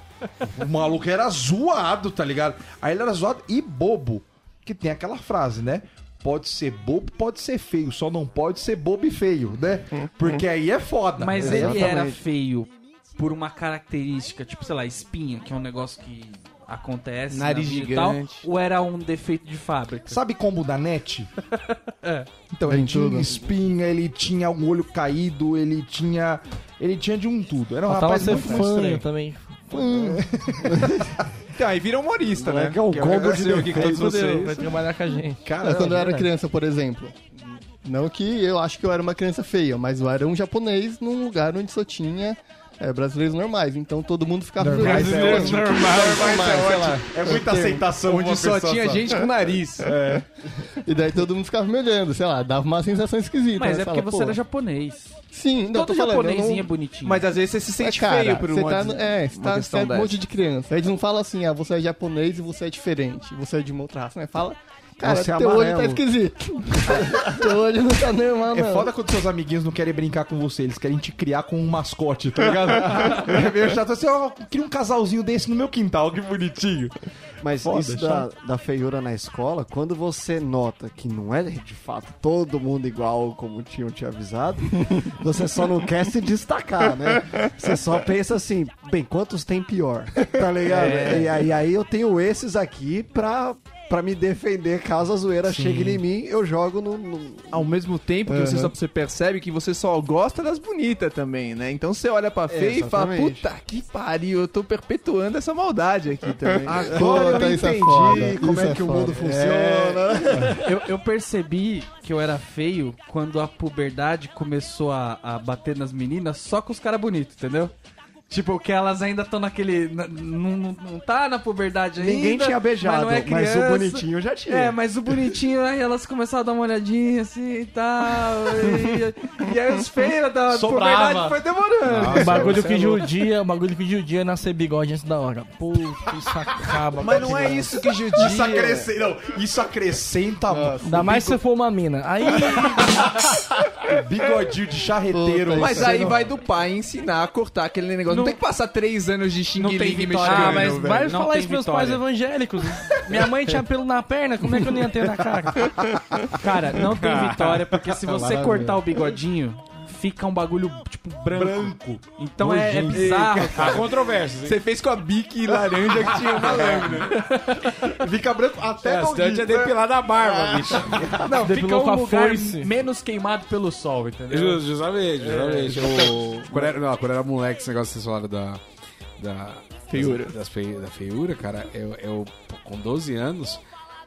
F: O maluco era zoado, tá ligado? Aí ele era zoado e bobo. Que tem aquela frase, né? Pode ser bobo, pode ser feio, só não pode ser bobo e feio, né?
B: Uhum.
F: Porque aí é foda.
A: Mas
F: é,
A: ele era feio por uma característica, tipo, sei lá, espinha, que é um negócio que acontece.
D: Nariz
A: na vida e tal,
D: gigante.
A: ou era um defeito de fábrica?
F: Sabe combo da net? Então, ele tinha espinha, ele tinha o olho caído, ele tinha. Ele tinha de um tudo. Era um
H: Faltava
F: rapaz
H: ser
F: muito mais
H: fã
F: estranho.
H: também.
D: Então, aí vira humorista, né?
I: é o combo de
D: sei o que que todos
H: Fudeu,
D: vocês.
A: Ah,
H: vai trabalhar com a gente.
B: Cara, quando eu era criança, por exemplo, Não que eu acho que eu era uma criança feia, mas eu era um japonês num lugar onde só tinha é, brasileiros normais. Então todo mundo ficava feliz.
C: Brasileiros normais.
D: É muita aceitação
B: Onde
D: Onde
B: só
D: só tinha gente com nariz.
B: E daí todo mundo ficava me olhando, sei lá, dava uma sensação esquisita.
H: Então
A: Mas
B: né?
A: é porque
B: Fala,
A: você
B: pô,
A: era japonês.
B: Sim, não, tô
A: Todo
B: falando. eu não-
A: japonesinho é bonitinho.
D: Mas às vezes você se sente
B: cara,
D: feio por
A: um
B: você
D: uma
B: tá,
D: des-
B: no- é, você
D: uma
B: tá,
D: questão
B: você é um
D: dessa.
B: monte de criança. Eles não falam assim, ah, você é japonês e você é diferente, você é de uma outra raça, né? Fala, cara,
E: Você é
B: teu olho tá
E: amarelo.
B: esquisito. teu olho não tá normal,
F: É
B: não.
F: foda quando seus amiguinhos não querem brincar com você, eles querem te criar com um mascote, tá ligado? é meio chato assim, ó, cria um casalzinho desse no meu quintal, que bonitinho.
E: Mas
F: Foda,
E: isso da, da feiura na escola, quando você nota que não é de fato todo mundo igual como tinham te avisado, você só não quer se destacar, né? Você só pensa assim, bem, quantos tem pior? Tá ligado? E, aí- aí eu tenho esses aqui pra, pra me defender caso a zoeira chegue em mim, eu jogo no. no-
D: Ao mesmo tempo que você, só, você percebe que você só gosta das bonitas também, né? Então você olha pra feia e fala,
E: Exatamente.
D: puta que pariu, eu tô perpetuando essa maldade aqui também.
A: Ah,
E: Agora
B: Puta,
E: eu
B: isso é
E: entendi
B: foda,
E: como
B: isso
E: é
B: é
E: que o
B: foda.
E: mundo funciona.
A: Eu, eu percebi que eu era feio quando a puberdade começou a, a bater nas meninas só com os caras bonitos, entendeu? Tipo, que elas ainda estão naquele. na- Não, não, não tá na puberdade ainda.
E: Ninguém tinha beijado,
A: não é
E: mas o
A: criança.
E: bonitinho já tinha.
A: É, mas o bonitinho, aí elas começaram a dar uma olhadinha assim e tal. E, e aí os feios da puberdade foi demorando.
H: O Um bagulho que judia, o bagulho que judia é nascer bigode antes da hora. Puta, isso acaba.
D: Mas
H: com
D: não
H: a
D: é
H: criança.
D: isso que judia.
F: Isso acrescenta, não, isso acrescenta
E: É.
H: Ainda mais se você for uma mina. Aí,
F: bigodinho de charreteiro.
D: Mas aí vai do pai ensinar a cortar aquele negócio. Não,
A: Não-
D: tem que passar três anos de xing
A: Não tem
D: ling
A: vitória.
D: mexicano,
H: ah, mas
D: velho.
H: vai
A: Não
H: falar
A: tem
H: isso pros
A: vitória.
H: pais evangélicos. Minha mãe tinha pelo na perna, como é que eu não ia ter na cara?
A: Cara, Tá não tem vitória, porque se você
B: Maravilha.
A: cortar o bigodinho, fica um bagulho, tipo, branco. Então é, é bizarro, cara.
C: Há controvérsias, hein?
D: Você fez com a bique laranja que tinha uma lâmina.
F: Fica branco até né?
C: É, a cidade é depilada a barba, bicho.
A: Não, fica
H: Depilou com
A: um
H: a
A: lugar
H: foice.
A: menos queimado pelo sol, entendeu?
C: Ju- Justamente, justamente. O- É. quando, era, não, quando era moleque, esse negócio que vocês falaram da. da feiura. Das, das fei- da feiura, cara, eu, eu, com 12 anos,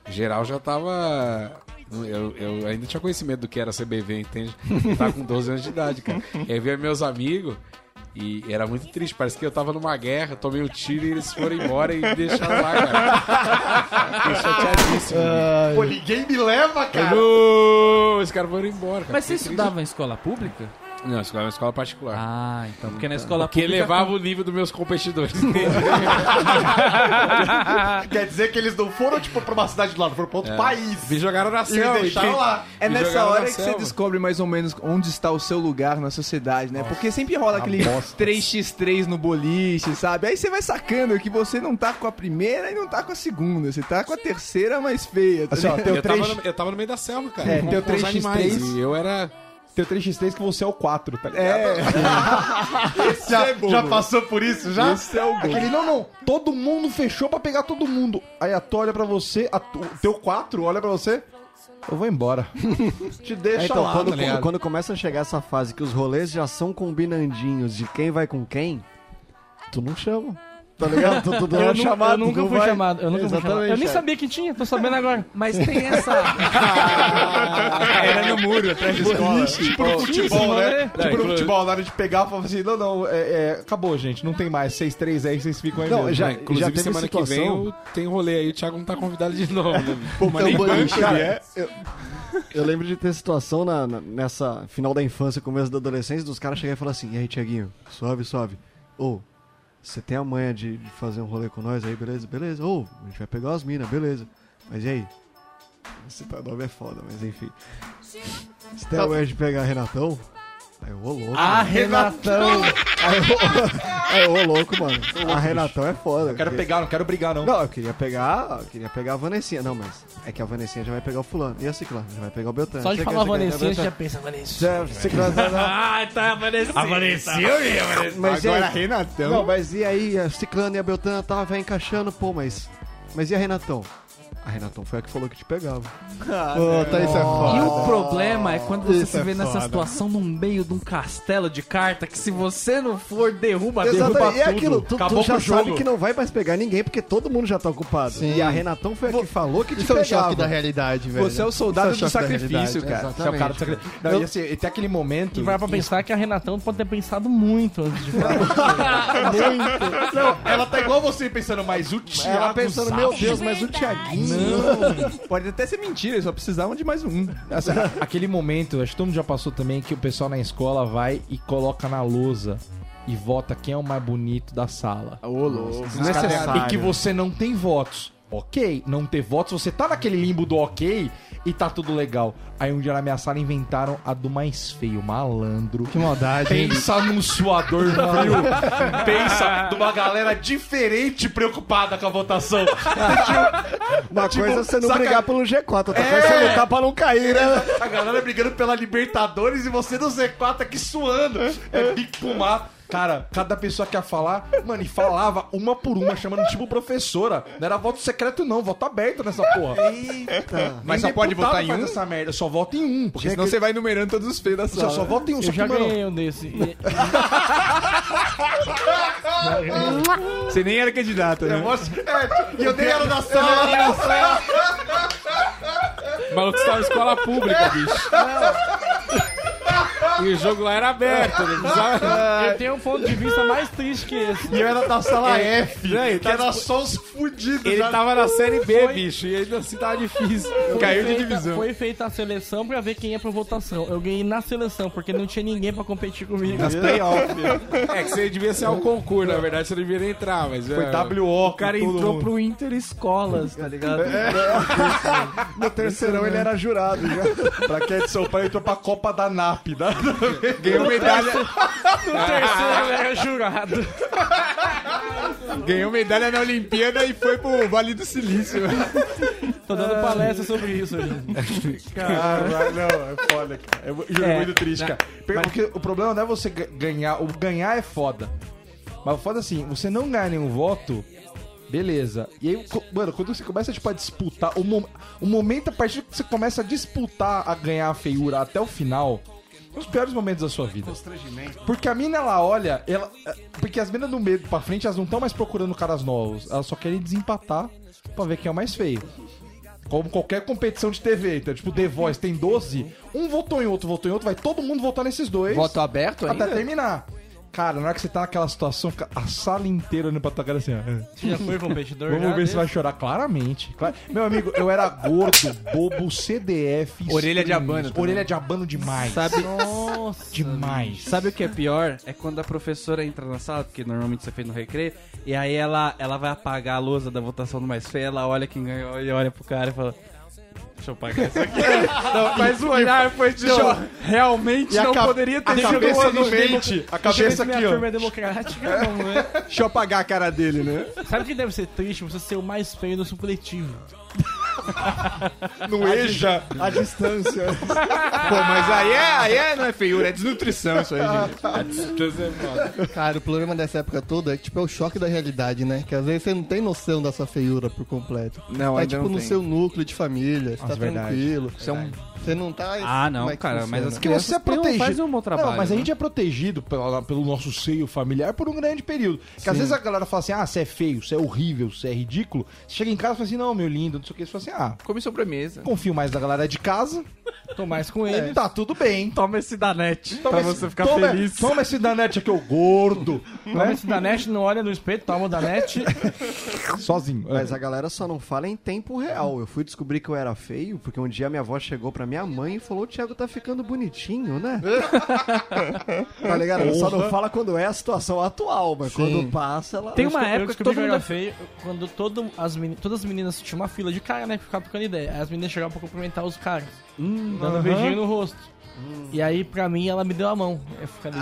C: geral já tava. Eu, eu ainda tinha conhecimento do que era CBV, entende? Eu tava com 12 anos de idade, cara. Eu via meus amigos. E era muito triste, parece que eu tava numa guerra, tomei um tiro e eles foram embora e me deixaram lá, cara. Fiquei chateadíssimo.
F: Pô, ninguém me leva,
C: Eu,
F: cara.
C: "Não, Os caras foram embora, cara.
A: Mas você
C: Fiquei triste.
A: estudava em escola pública?
C: Não, isso era uma escola particular.
A: Ah, então. Porque na escola
C: Que
A: pública.
C: elevava o nível dos meus competidores.
F: Quer dizer que eles não foram, tipo, pra uma cidade do lado, foram pra
B: É.
F: outro país.
C: Me jogaram na
F: E me
C: selva.
F: deixaram lá.
D: É
C: Me
D: nessa
C: jogaram na
D: hora que você
C: selva.
D: descobre mais ou menos onde está o seu lugar na sociedade, né? Porque sempre rola aquele 3x3 no boliche, sabe? Aí você vai sacando que você não tá com a primeira e não tá com a segunda. Você tá com a terceira mais feia. Tá
F: Assim, ó,
D: ligado?
F: teu
C: eu,
F: três-
C: tava no, eu tava no meio da selva, cara.
F: É,
C: com-
F: teu
C: com os
F: 3x3.
C: animais, E eu era.
F: Teu 3x3 que você é o 4, tá ligado?
D: É,
F: já, já passou por isso, já?
D: é
F: Aquele, não, não, todo mundo fechou pra pegar todo mundo. Aí a tua olha pra você, a tu- o teu 4 olha pra você, eu vou embora. Te deixa
E: É, então,
F: lá,
E: quando,
F: tá ligado?
E: quando começa a chegar essa fase que os rolês já são combinandinhos de quem vai com quem, tu não chama. Tá ligado? Tu, tu não é
H: eu, nu-
E: chamado,
H: eu nunca
E: tu
H: fui
E: vai.
H: chamado. Eu nunca fui chamado. Eu nem
E: cara.
H: sabia que tinha, tô sabendo agora.
A: Mas tem essa.
D: era no muro, atrás de escola.
F: Tipo no futebol,
H: Isso,
F: né?
H: né?
F: Tipo no futebol, na hora de pegar, fala assim, não, não, é, é, acabou, gente, não tem mais, 6-3 aí, vocês ficam aí
E: Não,
F: mesmo. Né?
E: já,
C: Inclusive,
E: já teve
C: semana
E: situação...
C: que vem eu tenho rolê aí. O Thiago não tá convidado de novo, né? bicho?
B: Pô, mas nem banco, né?
E: Então, Eu lembro de ter situação na, na- nessa final da infância, começo da adolescência, dos caras chegarem e falar assim, e aí, Tiaguinho, suave, suave. Ô, você tem a manha de, de fazer um rolê com nós aí, beleza? Beleza. Ô, a gente vai pegar as minas, beleza. Mas e aí? Esse teu nome é foda, mas enfim. Você tem a manha de pegar Renatão? Aí eu, ô louco.
H: Ah, Renatão!
E: Aí eu, ô louco, mano. A Renatão é foda. Eu
F: Quero pegar, não quero brigar, não.
E: Não, eu queria pegar. Eu queria pegar a Vanessinha. Não, mas é que a Vanessinha já vai pegar o fulano. E a Ciclano? Já vai pegar o Beltrano.
H: Só de
E: Sei que-
H: falar
E: sei que-
H: Vanessinha, você já pensa, Vanessinha.
E: já, Ciclano, não, não.
A: ah, tá aparecendo.
E: Mas e aí?
F: Renatão.
E: Não, mas e aí, a Ciclano e a Beltrana tá, vai encaixando, pô, mas. Mas e a Renatão? Ah, Renatão, foi a que falou que te pegava.
B: Ô, Thaís é
A: E
B: foda.
A: o problema é quando você
B: Isso
A: se
B: é
A: vê nessa
B: foda.
A: situação no meio de um castelo de carta que se você não for, derruba,
E: Exato,
A: derruba
E: e é
A: tudo.
E: aquilo, tu, tu
A: Acabou com
E: já
A: o jogo.
E: sabe que não vai mais pegar ninguém, porque todo mundo já tá ocupado.
B: Sim.
E: E a Renatão foi a que falou que te
B: Isso é o choque da
E: pegava.
B: realidade, velho.
D: Você é o soldado
B: Isso
D: do
B: é choque da
D: sacrifício,
B: realidade.
D: cara. Você é o cara do sacrifício. Não, e assim, e tem aquele momento.
H: E vai pra pensar que a Renatão pode ter pensado muito antes de falar.
F: Não, ela tá igual você pensando, mas o Thiago
E: É, Ela pensando, meu Deus, mas o Thiaguinho.
D: Pode até ser mentira, eles só precisavam de mais um.
F: Assim, a- aquele momento, acho que todo mundo já passou também, que o pessoal na escola vai e coloca na lousa e vota quem é o mais bonito da sala. é
D: Ô, louco.
F: E que você não tem votos. Ok, não ter votos, você tá naquele limbo do ok e tá tudo legal. Aí um dia na minha sala inventaram a do mais feio, malandro.
B: Que maldade, hein?
F: Pensa num suador frio. Pensa de uma galera diferente preocupada com a votação.
E: Uma
F: Tipo,
E: coisa é você não
F: saca-
E: brigar pelo G4, outra coisa é você lutar pra não cair, né?
F: A galera brigando pela Libertadores e você no Z4 aqui suando. É bico fumar. Cara, cada pessoa que ia falar, mano, e falava uma por uma, chamando tipo professora. Não era voto secreto, não, voto aberto nessa porra. Eita.
D: Mas só pode votar em um?
F: essa merda, só vota em um. Porque
D: Senão
F: senão
D: você vai enumerando todos os feios da
F: você só,
D: sala.
F: só vota em um, só
H: Eu já
F: que, mano,
H: ganhei um desse. E-
D: Você nem era candidato, né?
F: E eu dei ela na sala.
C: O maluco estava em escola pública, bicho. E o jogo lá era aberto, né? Precisava-
H: Eu tenho um ponto de vista mais triste que esse.
F: E eu era da sala F.
C: Não, ele,
F: Que
C: tava,
F: era "Ah, só os fudidos.
C: ele
F: já.
C: tava na série B, bicho, e ainda assim tava difícil.
H: Foi
C: Caiu de
H: feita-
C: divisão.
H: Foi feita a seleção pra ver quem ia pra votação. Eu ganhei na seleção, porque não tinha ninguém pra competir comigo.
C: É que você devia ser ao concurso, na verdade, você não devia nem entrar, mas. é- Foi
F: W.O.
A: O cara entrou pro Inter Escolas, tá ligado?
E: No terceirão ele era jurado já.
F: Pra quem é de São Paulo, entrou pra Copa da NAP. Né?
C: Ganhou medalha,
H: terceiro era jurado.
C: ganhou medalha na Olimpíada e foi pro Vale do Silício.
H: Tô dando palestra sobre isso hoje.
F: Caralho, não, é foda, cara. Eu juro,
A: É,
F: muito triste, cara. Porque o problema não é você ga- ganhar, o ganhar é foda. Mas o foda é assim, você não ganha nenhum voto, beleza. E aí, co- mano, quando você começa tipo, a disputar, o, mo- o momento a partir que você começa a disputar a ganhar a feiura até o final, é os piores momentos da sua vida. Porque a mina, ela olha, ela. é, Porque as minas do meio pra frente, elas não estão mais procurando caras novos. Elas só querem desempatar pra ver quem é o mais feio. Como qualquer competição de TV, então, tipo, The Voice tem 12, um votou em outro, votou em outro, vai todo mundo votar nesses dois
D: Voto aberto
F: até
D: ainda?
F: terminar. Cara, na hora que você tá naquela situação, fica a sala inteira olhando pra tua cara assim, ó.
H: Já foi competidor?
F: Vamos
H: já
F: ver se
A: é.
H: desse?
F: vai chorar. Claramente. Cla- Meu amigo, eu era gordo, bobo, CDF.
A: Orelha de
F: streams.
A: abano também.
F: Orelha de abano demais.
A: Sabe,
H: Nossa.
F: Demais.
A: sabe o que é pior? É quando a professora entra na sala, porque normalmente você fez no recreio, e aí ela, ela vai apagar a lousa da votação do mais feio, ela olha quem ganhou e olha pro cara e fala. Deixa eu pagar isso aqui. Não, mas o olhar foi de. "Deixa eu- Realmente não poderia ter sido um
F: é
A: ano
F: mente. A
H: Essa
F: cabeça
H: minha
F: aqui, ó.
H: turma é democrática, não, né?
D: Deixa eu apagar a cara dele, né?
H: Sabe o que deve ser triste? Você ser o mais feio do supletivo.
F: No EJA.
E: A distância.
D: Pô, mas aí é, aí é, não é feiura, é desnutrição isso aí, gente.
B: Cara, o problema dessa época toda é que, tipo, é o choque da realidade, né? Que às vezes você não tem noção da sua feiura por completo.
D: Não,
B: tá,
D: ainda
B: tipo,
D: não
B: no
D: tem.
B: seu núcleo de família, você tá
F: verdade.
B: tranquilo. Você, é um- você não tá...
A: Ah, não,
B: como é que
A: cara, mas
B: funciona?
A: as
F: Que você é
A: crianças têm um-
F: protegido.
A: fazem um bom trabalho,
F: Não, mas a
A: né?
F: gente é protegido pela- pelo nosso seio familiar por um grande período. Que às vezes a galera fala assim: ah, você é feio, você é horrível, você é ridículo. Você chega em casa e fala assim: não, meu lindo, não sei o que. Você fala assim: ah,
D: Come sobremesa.
F: confio mais na galera de casa.
H: Tô mais com ele.
F: É. Tá tudo bem.
A: Toma esse danete pra
F: esse-
A: você ficar
F: toma-
A: feliz.
F: Toma esse danete aqui, ô gordo.
H: Toma esse Danete, não olha no espelho, toma o Danete.
F: Sozinho.
E: Mas a galera só não fala em tempo real. Eu fui descobrir que eu era feio, porque um dia minha avó chegou pra minha mãe e falou: o Thiago tá ficando bonitinho, né? tá ligado? Ela Só não fala quando é a situação atual, mas quando passa, ela.
A: Tem
H: Eu
A: uma
H: desco- eu
A: época
H: descobri
A: que todo mundo
H: eu era
A: é-
H: feio quando todo, as meni- todas as meninas tinham uma fila de cara, né? Que ficava trocando ideia. Aí as meninas chegavam pra cumprimentar os caras. dando um beijinho no rosto. E aí, pra mim, ela me deu a mão. Eu fiquei ali,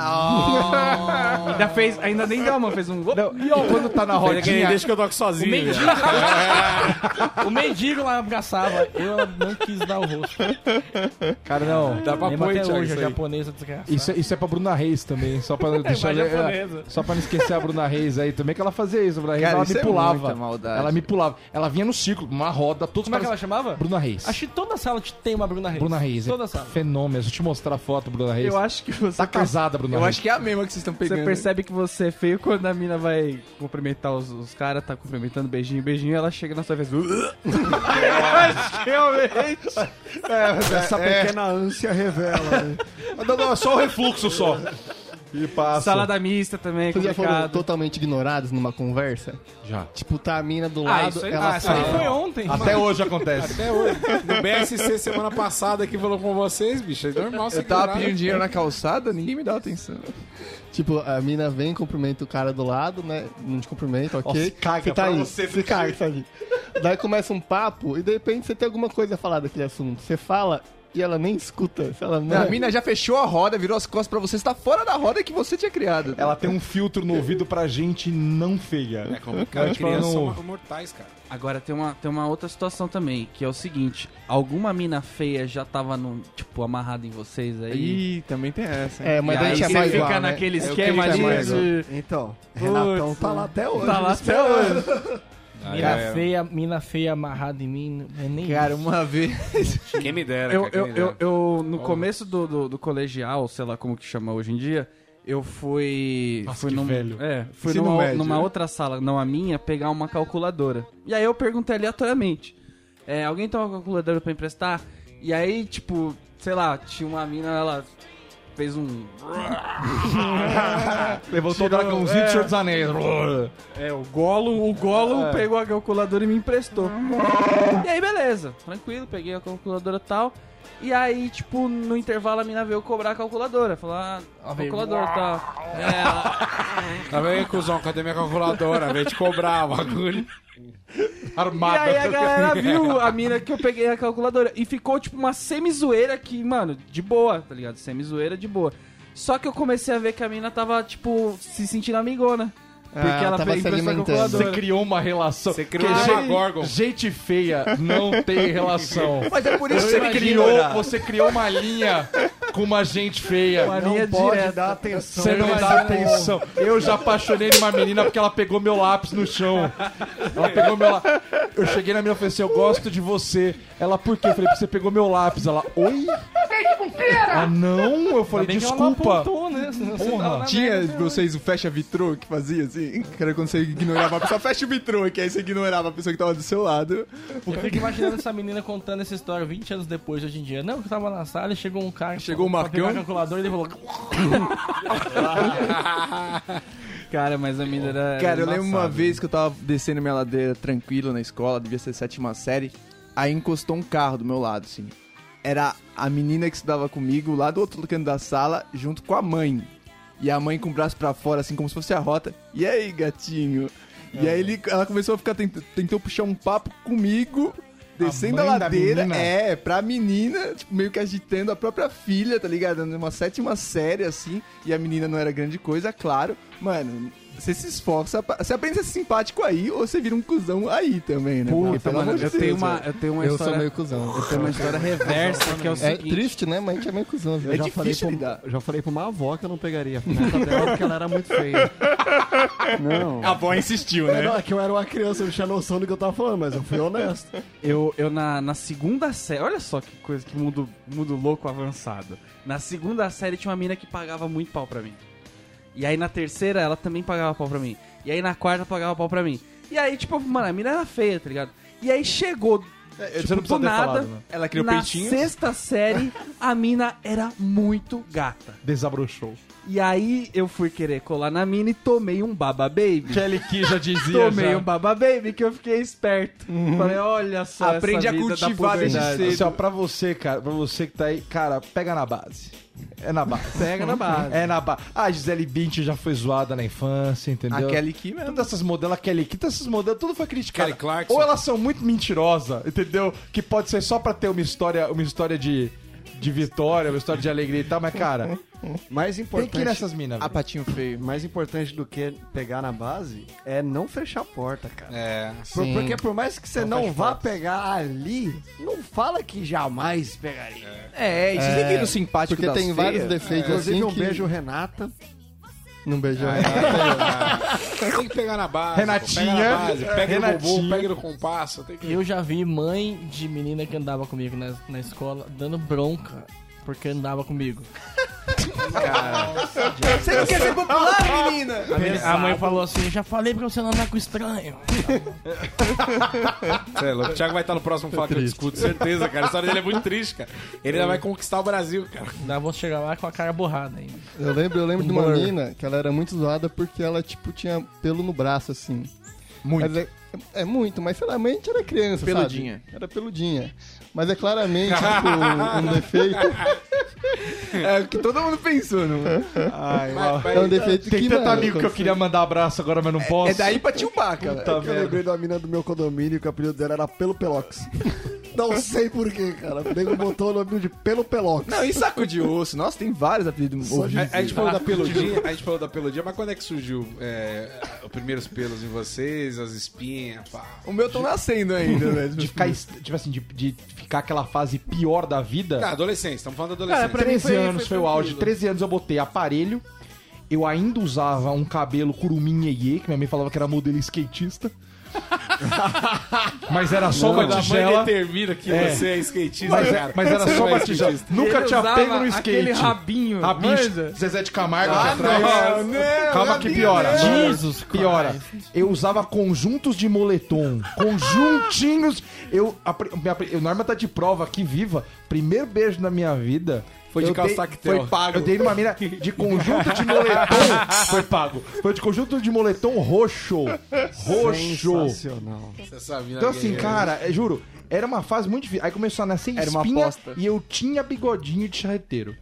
A: Ainda fez, ainda nem deu a mão, fez um.
F: Quando tá na rodinha.
L: Deixa que eu toco sozinho.
H: mendigo. o mendigo lá abraçava. Eu ela não quis dar o rosto.
F: Cara, não.
C: Dá pra
H: Lembro
C: pôr,
H: até hoje,
C: Thiago,
H: É,
C: isso
H: a
C: aí.
H: japonesa desgraçada.
F: Isso, é- isso é pra Bruna Reis também, só pra deixar
L: Uma japonesa.
F: Só pra não esquecer a Bruna Reis aí também, que ela fazia isso. A Bruna Reis
D: Cara,
F: ela
D: isso
F: me
D: é
F: pulava.
D: muita maldade.
F: ela me pulava. Ela vinha no círculo, uma roda, todos
H: Como é que
F: caras-
H: ela chamava?
F: Bruna Reis.
H: Acho que toda sala te- tem uma Bruna Reis.
F: Bruna Reis.
H: Toda
F: é
H: sala.
F: Fenômeno. Deixa eu te mostrar a foto, Bruna Reis.
A: Eu acho que você,
F: Tá casada, Bruna
D: Eu
F: Reis.
D: acho que é a mesma que vocês estão pegando.
A: você percebe que você é feio quando a mina vai cumprimentar os, os caras, tá cumprimentando beijinho, beijinho, ela chega na sua vez. Realmente.
E: Essa pequena ânsia revela. né?
L: Não, não, é só o refluxo só.
F: E passa.
A: Salada mista também, é
B: Vocês já foram
A: complicado.
B: totalmente ignorados numa conversa?
F: Já.
B: Tipo, tá a mina do
A: Ah,
B: lado,
A: isso aí-
B: ela
A: ah, isso
B: fala-
H: Aí foi ontem.
F: Até hoje acontece.
C: Até hoje. No BSC semana passada que falou com vocês, bicho. É normal você
D: Eu tava
C: ignorar.
D: tá pedindo dinheiro na calçada, ninguém me dá atenção.
B: Tipo, a mina vem, cumprimenta o cara do lado, né? Não te cumprimenta, ok?
F: se caga
B: você tá
F: pra
B: aí,
F: você,
B: se caga, tá ali. Daí começa um papo e de repente você tem alguma coisa a falar daquele assunto. Você fala e ela nem escuta. Se Ela não...
D: A mina já fechou a roda, virou as costas pra você, você tá fora da roda que você tinha criado.
F: Ela tem um filtro no ouvido pra gente não feia.
C: É complicado.
F: Eu te falo,
C: Crianças
F: não-
C: são mortais, cara.
A: Agora tem uma, tem uma outra situação também, que é o seguinte: alguma mina feia já tava no, tipo, amarrada em vocês aí.
D: Ih, também tem essa. hein?
B: É, mas daí
A: aí
B: te
A: você
B: é
A: fica
B: igual, né?
A: naquele
B: É, o
A: esquema
B: que te ama
A: de-
B: igual.
A: de.
E: Então, Renatão tá lá até hoje.
A: Tá lá até hoje.
H: Mina feia, mina feia amarrada em mim. não É nem
D: é. Cara,
H: isso.
D: uma vez.
C: Quem me dera,
A: eu,
C: cara. Quem
A: eu,
C: me
A: eu,
C: dera.
A: eu, no começo do, do, do colegial, sei lá como que chama hoje em dia, eu fui.
F: Nossa,
A: fui
F: que
A: num-
F: velho.
A: É, fui
D: Ensino
A: numa,
D: médio,
A: numa
D: né?
A: outra sala, não a minha, pegar uma calculadora. E aí eu perguntei aleatoriamente: é, alguém tem uma calculadora pra emprestar? E aí, tipo, sei lá, tinha uma mina, ela fez um.
F: Levantou o dragãozinho do Senhor dos Anéis.
A: É, o Gollum, o Gollum
B: É.
A: pegou a calculadora e me emprestou. e aí, beleza, tranquilo, peguei a calculadora e tal. E aí, tipo, no intervalo a mina veio cobrar a calculadora. Falar, ah, a calculadora e tal. É, ela-
C: Tá vendo, cuzão? Cadê minha calculadora? Vem te cobrar o bagulho.
A: e
F: Armada.
A: aí a galera viu a mina que eu peguei a calculadora. E ficou, tipo, uma semi-zoeira que, mano, de boa, tá ligado? Semi-zoeira de boa. Só que eu comecei a ver que a mina tava, tipo, se sentindo amigona. Porque
B: Ah,
A: ela
B: tava
A: fez
B: se
A: emprestou a
B: alimentando.
F: Você
A: calculadora.
F: criou uma relação.
C: Você
F: Que
C: criou uma
F: gente-
C: Gorgon.
F: Gente feia não tem relação.
D: Mas é por isso que
F: Você
D: você
F: criou,
A: né?
D: criou.
F: você criou uma linha com uma gente
A: Uma
F: feia.
A: linha
E: Não pode
A: direta.
E: dar atenção.
F: Você não um-
E: Ele
F: dá atenção. Eu já apaixonei numa menina porque ela pegou meu lápis no chão. Ela pegou meu lápis. Eu cheguei na minha e falei assim: Eu gosto de você. Ela, por quê? Eu falei: "Porque Você pegou meu lápis. Ela, oi? Ah, não? Eu falei:
H: Bem que ela não
F: Desculpa.
H: apontou, né? Senão você
F: Porra.
H: tava na
D: Tinha
H: merda.
D: vocês o fecha vitrô que fazia assim? Que era quando você ignorava a pessoa, fecha o vitrô, que aí você ignorava a pessoa que tava do seu lado.
H: Eu fico imaginando essa menina contando essa história 20 anos depois, hoje em dia. Não, que eu tava na sala e chegou um cara.
D: Chegou o
H: pra pegar
D: Marcão?
H: calculadora e ele falou.
A: Cara, mas a mina era.
D: Cara, eu lembro uma vez que eu tava descendo minha ladeira tranquilo na escola, devia ser sétima série, aí encostou um carro do meu lado, assim. Era a menina que estudava comigo lá do outro canto da sala, junto com a mãe. E a mãe com o braço pra fora, assim, como se fosse a rota. E aí, gatinho? E aí ele, ela começou a ficar, tent- tentou puxar um papo comigo, descendo a,
F: mãe da
D: ladeira.
F: menina?
D: É, pra menina, tipo, meio que agitando a própria filha, tá ligado? Numa sétima série, assim, e a menina não era grande coisa, claro. Mano, você se esforça, pra- você aprende a ser simpático aí, ou você vira um cuzão aí também, né? mano?
A: Puta,
D: Pelo
A: mano,
D: amor de
A: eu
D: Deus,
A: tenho uma,
D: velho.
A: eu tenho uma
B: Eu
A: história,
B: sou meio cuzão.
A: eu tenho uma história reversa que é o
B: É
A: seguinte.
B: triste, né? Mas a gente é meio cuzão.
E: Eu
B: velho.
D: É
E: já
D: difícil
E: falei
D: lidar.
E: pra, eu já falei pra uma avó que eu não pegaria a neta dela porque ela era muito feia. Não.
L: A avó insistiu,
E: É,
L: né?
E: não, é que eu era uma criança, eu não tinha noção do que eu tava falando, mas eu fui honesto.
A: Eu, eu na, na segunda série, olha só que coisa, que mundo, mundo louco avançado. Na segunda série tinha uma mina que pagava muito pau pra mim. E aí na terceira ela também pagava pau pra mim. E aí na quarta pagava pau pra mim. E aí, tipo, mano, a mina era feia, tá ligado? E aí chegou.
F: É,
A: tipo, do nada,
F: né?
D: Ela criou
A: na
D: peitinhos.
A: sexta série, a mina era muito gata.
F: Desabrochou.
A: E aí eu fui querer colar na mina e tomei um baba baby.
F: Kelly Key já Uhum. dizia.
A: Tomei um baba baby que eu fiquei esperto. Falei, olha só.
D: Aprende
A: essa
D: a
A: vida da
D: cultivar desde
A: puberdade.
D: cedo.
F: Assim, ó, pra você, cara, pra você que tá aí, cara, pega na base. É na base.
A: Pega na base.
F: É na base. Ah, Gisele Bündchen já foi zoada na infância, entendeu?
D: Aquele que mesmo.
F: Todas essas modelos, a Kelly Key, todas essas modelos, tudo foi criticado.
C: Kelly Clarkson.
F: Ou elas são muito mentirosas, entendeu? Que pode ser só pra ter uma história, uma história de... de vitória, uma história de alegria e tal, mas, cara,
E: Mais
F: tem
E: importante.
F: que ir nessas minas.
D: Ah,
F: velho.
D: patinho feio.
E: né? Mais importante do que pegar na base é não fechar a porta, cara.
C: É.
E: Por-
D: Sim.
E: porque por mais que você não, vá pegar ali, não fala que jamais pegaria.
D: É, isso tem que ir no simpático
B: Porque
D: das
B: tem vários
D: feias.
B: defeitos
E: Inclusive,
B: assim
E: um
B: que...
E: beijo, Renata.
B: Não beijou.
C: Tem que pegar na base.
F: Renatinha.
C: pô, Pega na base. Pega no bumbum,
F: Renatinha.
C: pega no compasso. Tem que...
H: Eu já vi mãe de menina que andava comigo na, na escola dando bronca porque andava comigo.
D: Você não quer ser popular, menina?
H: A mãe falou assim: "Eu já falei pra você não andar com estranho.
C: Sei lá, o Thiago vai estar no próximo Fala que eu discuto, certeza, cara. A história dele é muito triste, cara. Ele ainda vai conquistar o Brasil, cara.
H: Ainda vou chegar lá com a cara borrada ainda.
B: Eu lembro, eu lembro de uma
H: Mor.
B: menina que ela era muito zoada porque ela, tipo, tinha pelo no braço, assim.
F: Muito.
B: Mas é, é muito, mas sei lá, a mente era criança,
D: Peludinha.
B: sabe? Era peludinha. Mas é claramente, tipo, um defeito.
D: É o que todo mundo pensou, não é?
F: Ai, ó.
B: É um defeito
F: Tem
B: que,
F: tanto
B: mano,
F: amigo que eu queria mandar abraço agora, mas não posso.
D: É daí pra tilbar, cara.
F: Puta
E: Eu
F: merda.
E: lembrei da mina do meu condomínio que o apelido dela era Pelo Pelox. não sei porquê, cara. O nego botou o nome de Pelo Pelox.
D: Não, e saco de osso? Nossa, tem vários apelidos
E: Só de-
D: horríveis.
C: A, a gente falou da peludinha, a gente falou da peludinha, mas quando é que surgiu é, os primeiros pelos em vocês, as espinhas, pá? Um,
D: O meu tão nascendo ainda,
F: De
D: velho.
F: ficar, est- tipo assim, de, de ficar aquela fase pior da vida.
D: Tá.
C: Cara, adolescência, estamos falando da adolescência.
A: Cara, pra mim
F: 13
A: foi- foi
F: anos foi, o auge.
A: tranquilo.
F: 13 anos eu botei aparelho. Eu ainda usava um cabelo curuminhê, que minha mãe falava que era modelo skatista. mas era só uma
C: Quando a mãe
F: tigela.
C: determina que
F: É.
C: você é skatista,
F: Mas,
C: cara.
F: mas era
C: Você
F: só
C: não é
F: uma tigela.
C: skatista.
F: Nunca
A: Ele
F: tinha
A: usava
F: pego no
A: Aquele
F: skate.
A: rabinho.
F: Rabinho,
A: manja?
F: Tá Zezé de Camargo
C: Ah,
F: já atrás.
C: não, não,
F: Calma que piora.
H: Jesus
F: Piora.
H: Christ.
F: Eu usava conjuntos de moletom. Conjuntinhos. Eu, a, pri- minha, pri- o Norma tá de prova aqui, viva. Primeiro beijo na minha vida.
C: Foi de
F: eu
C: calça
F: dei-
C: tactel.
F: Foi pago. Eu dei numa mina de conjunto de moletom. foi pago. Foi de conjunto de moletom roxo. Roxo.
E: Sensacional.
C: Essa é mina
F: Então assim,
C: guerreira.
F: cara, é, juro, era uma fase muito difícil. Aí começou a nascer
D: Era uma
F: espinha
D: aposta.
F: e eu tinha bigodinho de charreteiro.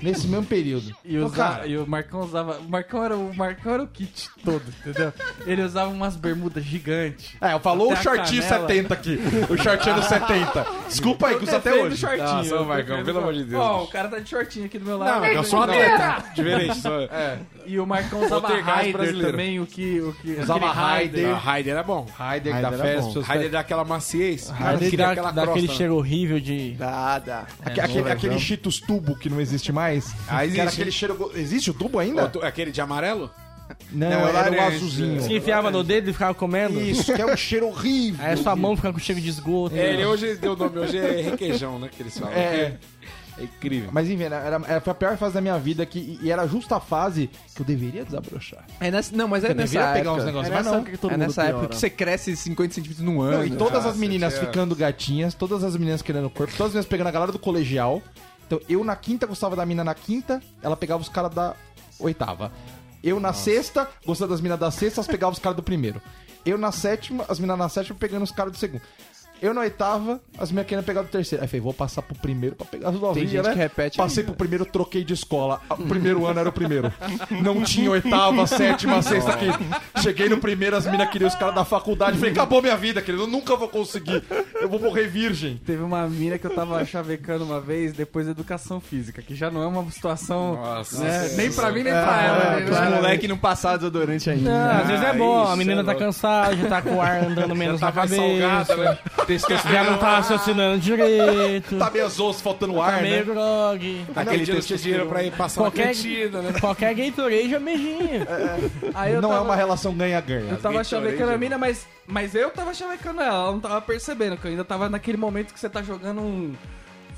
F: nesse mesmo período.
A: E,
F: Então,
A: usa- e o Marcão usava. O Marcão era, o Marcão era o kit todo, entendeu? Ele usava umas bermudas gigantes.
F: É, eu falou o
A: Até a
F: shortinho
A: canela.
F: 70 aqui. O shortinho anos 70. Desculpa aí, que usa até hoje.
A: Shortinho,
C: Nossa,
A: eu
C: Marcão,
A: defendo-
C: pelo amor de Deus.
A: Ó, o cara tá de shortinho aqui do meu lado.
C: Não, mas eu sou um atleta. Diferente. Sou...
A: E o Marcão usava
C: Poltergeist
A: Raider
C: brasileiro.
A: também, o que. O que
F: Usava
A: aquele Raider.
C: Não, Raider era bom.
F: Raider que
E: Raider
F: dá
E: era
F: férias
E: bom.
F: pros seus
C: Raider dá aquela maciez.
H: Aí
C: Raider
H: dá,
C: Ah, dá aquela
H: dá aquele
C: crosta. né?
H: cheiro horrível de.
D: Dá, dá.
F: Aque- aquele, aquele Cheetos tubo que não existe mais.
C: Ah,
F: Que era
C: existe.
F: aquele cheiro. go- Existe o tubo
C: Ou
F: ainda?
C: tu- Aquele de amarelo?
F: Não,
C: Não, é
F: era o
C: laranja.
H: Que
F: azulzinho.
H: enfiava no dedo e ficava comendo.
F: Isso, que é um cheiro horrível.
H: Aí a sua mão ficava com cheiro de esgoto.
C: É, ele hoje deu o nome, hoje é requeijão, né? Que eles falam.
F: É.
C: É incrível.
F: Mas enfim, era, era- era- foi a pior fase da minha vida que, e- e era justa a fase que eu deveria desabrochar.
D: É nessa, não, mas é
F: Eu
D: nessa
F: devia
D: época.
F: pegar uns negócios,
D: é
F: mas
D: nessa,
F: não.
D: que todo é nessa época que você cresce 50 centímetros num ano.
F: Não, e todas
C: Ah,
F: as meninas
C: você tinha-
F: ficando gatinhas, todas as meninas querendo corpo, todas as meninas pegando a galera do colegial. Então eu na quinta gostava da mina na quinta, ela pegava os caras da oitava. Eu na sexta, gostava das minas da sexta, elas pegavam os caras do primeiro. Eu na sétima, as minas na sétima pegando os caras do segundo. Eu na oitava, as minhas querendo pegar do terceiro. Aí falei, vou passar pro primeiro pra pegar as novinhas,
D: gente
F: né?
D: que repete
F: Passei pro primeiro, troquei de escola. O primeiro ano era o primeiro. Não tinha oitava, sétima, sexta, quinta. Cheguei no primeiro, as minas queriam os caras da faculdade. Falei, acabou minha vida, querido. Eu nunca vou conseguir. Eu vou morrer virgem.
A: Teve uma mina que eu tava chavecando uma vez depois da educação física, que já não é uma situação.
C: Nossa.
A: né,
C: Nossa.
A: nem pra mim, nem
D: É,
A: pra ela. né?
D: Os moleques não passaram desodorante ainda.
H: Não, às vezes é bom,
C: isso
H: a menina
C: é
H: tá
C: louco.
H: cansada, já tá com o ar andando menos na
C: Tava
H: cabeça.
C: salgada, né?
H: Já não tá raciocinando direito.
F: Tá meio osso faltando ar,
H: tá meio
F: né?
H: grogue.
C: Aquele dia eu tinha dinheiro pra ir passar na
H: Qualquer-
C: cantina, né?
H: Qualquer Gatorade é beijinho.
A: Aí eu
F: Não é
A: tava-
F: uma relação ganha-ganha.
A: Eu tava
C: Alguém chorei,
A: chavecando a
C: gente.
A: mina, mas, mas eu tava chavecando ela, ela não tava percebendo, que eu ainda tava naquele momento que você tá jogando um.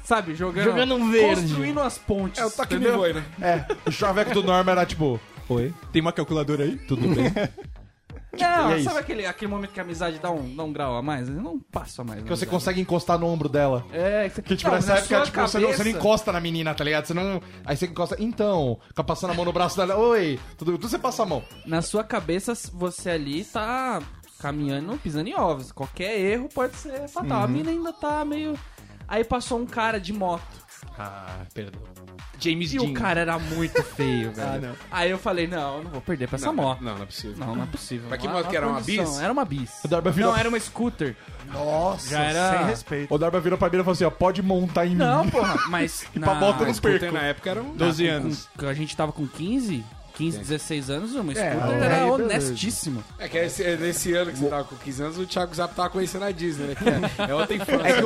A: Sabe, jogando.
H: Jogando um verde.
A: Construindo as pontes.
C: É o toque de
A: entendeu?
C: boi, né?
F: O chaveco do Norma era tipo... Oi? Tem uma calculadora aí? Tudo bem.
A: Não,
F: e é isso.
A: sabe aquele, aquele momento que a amizade dá um, dá um grau a mais? Eu não passo a mais.
F: Que você consegue encostar no ombro dela.
A: É, que você
F: Que, tipo,
A: Não,
F: nessa
A: na
F: época,
A: sua
F: tipo, você, não, você não
A: cabeça-
F: encosta na menina, tá ligado? Você não. Aí você encosta. Então, fica passando a mão no braço dela. Oi, tudo tudo Você passa a mão.
A: Na sua cabeça, você ali tá caminhando, pisando em ovos. Qualquer erro pode ser fatal. A mina ainda tá meio. Aí passou um cara de moto. Ah, perdão.
D: James
A: E
D: Dean.
A: o cara era muito feio, velho.
D: Ah, não.
A: Aí eu falei, não, eu não vou perder pra essa
C: Não,
A: moto.
C: não, não é possível.
A: Não, não é possível.
C: Mas que
A: Não,
C: moto que
A: não
C: era? Uma
A: condição.
C: bis?
A: Era uma bis.
F: O Darba virou,
A: Não, era uma scooter.
F: Nossa,
A: Já era-
F: sem respeito. O Darba virou pra mim e falou assim, ó, pode montar em mim.
A: Não, porra, mas...
F: E pra bota
A: na-
F: não perco.
C: na época era um...
L: 12
A: com-
L: anos.
A: com- a gente tava com 15, 15, 16 anos, uma scooter
E: aí
A: era
E: beleza.
A: honestíssimo.
C: É que esse- é nesse ano que você tava com 15 anos, o Thiago Zap tava conhecendo a Disney, né? Que é, é outra infância.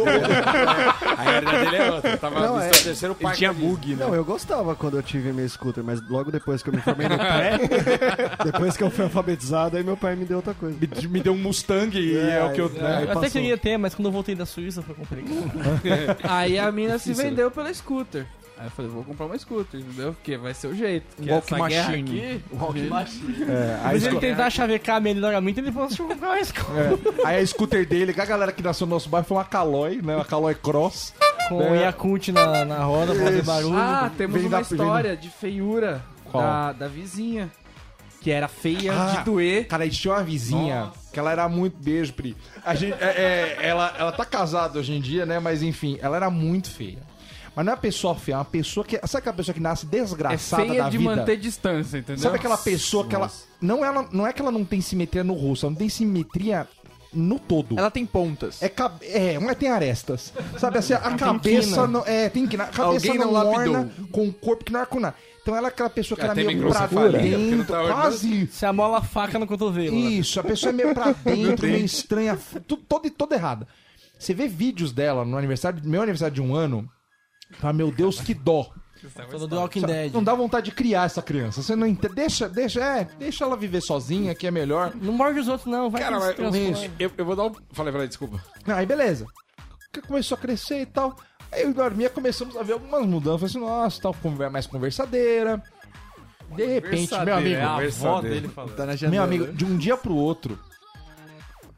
C: A era dele é outra. Tava
E: Não,
C: no
E: é-
C: seu terceiro parque.
L: Tinha
C: da Disney.
L: bug, né?
E: Não, eu gostava quando eu tive meu scooter, mas logo depois que eu me formei no pré, depois que eu fui alfabetizado, aí meu pai me deu outra coisa.
L: Me, me deu um Mustang e é, o que eu.
F: né,
H: Eu
E: Aí
H: até
E: passou.
H: queria ter, mas quando eu voltei da Suíça foi complicado.
A: Aí
F: É
A: a mina se
F: né?
A: vendeu pela scooter. Aí eu falei, vou comprar uma scooter, entendeu? Porque vai ser o jeito. Que
L: Walk
A: essa guerra
L: machine.
A: aqui- Uhum.
F: É, aí,
H: Mas ele
F: esco-
H: tentar chavecar melhoramente, ele falou, deixa eu comprar uma escola.
F: é, aí a scooter dele, que a galera que nasceu no nosso bairro foi uma Caloi, né? Uma Caloi Cross.
H: Com o Yakult na, na roda, pra fazer
F: É. Isso.
H: barulho.
A: Ah, temos
F: Vem
A: uma
F: da-
A: história de feiura
F: Qual?
A: da, da vizinha. Que era feia
F: Ah.
A: de doer.
F: Cara, a gente tinha uma vizinha que ela era muito. Beijo, Pri. A gente, é, é, ela, ela tá casada hoje em dia, né? Mas enfim, ela era muito feia. Mas não é uma pessoa feia, é uma pessoa que. Sabe aquela pessoa que nasce
A: É
F: desgraçada
A: feia
F: da
A: de
F: vida?
A: manter distância, entendeu?
F: Sabe aquela pessoa que ela não, ela. não é que ela não tem simetria no rosto, ela não tem simetria no todo.
D: Ela tem pontas.
F: É, cab- é, mas tem arestas. Sabe assim, a cabeça não. É, tem que. A cabeça
D: Alguém
F: não,
D: não lapidou.
F: orna com o corpo que não é com nada. Então ela é aquela pessoa que
C: Ela
F: ela
C: tem
F: é meio pra
C: microcefalia, porque não
F: dentro,
C: tá ornando.
F: quase.
H: Você amola a faca no cotovelo. né?
F: Isso, a pessoa é meio pra dentro, meio estranha, tu- toda, toda errada. Você vê vídeos dela no aniversário, meu aniversário de um ano, fala, meu Deus, que dó.
H: Todo do Walking Dead.
F: Não dá vontade de criar essa criança. Você não entende. Deixa, deixa, é, deixa ela viver sozinha, que é melhor.
H: Não morde os outros, não. Vai
C: Cara,
H: que eles
C: mas eu,
H: transformam.
C: eu, eu vou dar um... Falei, falei, desculpa.
F: Não, Aí beleza. Que Começou a crescer e tal. Aí eu e Norminha começamos a ver algumas mudanças. Falei assim, nossa, tal, conver- mais conversadeira. De repente, meu amigo.
A: é
D: Tá na
F: Meu
D: janela.
F: amigo, de um dia pro outro.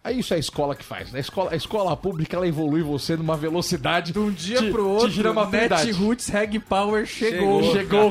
F: Aí isso é a escola que faz. né? A escola, a escola pública ela evolui você numa velocidade. De um
A: dia pro outro,
F: gira uma
A: Net
F: verdade.
A: Roots Reg Power chegou.
F: Chegou, chegou.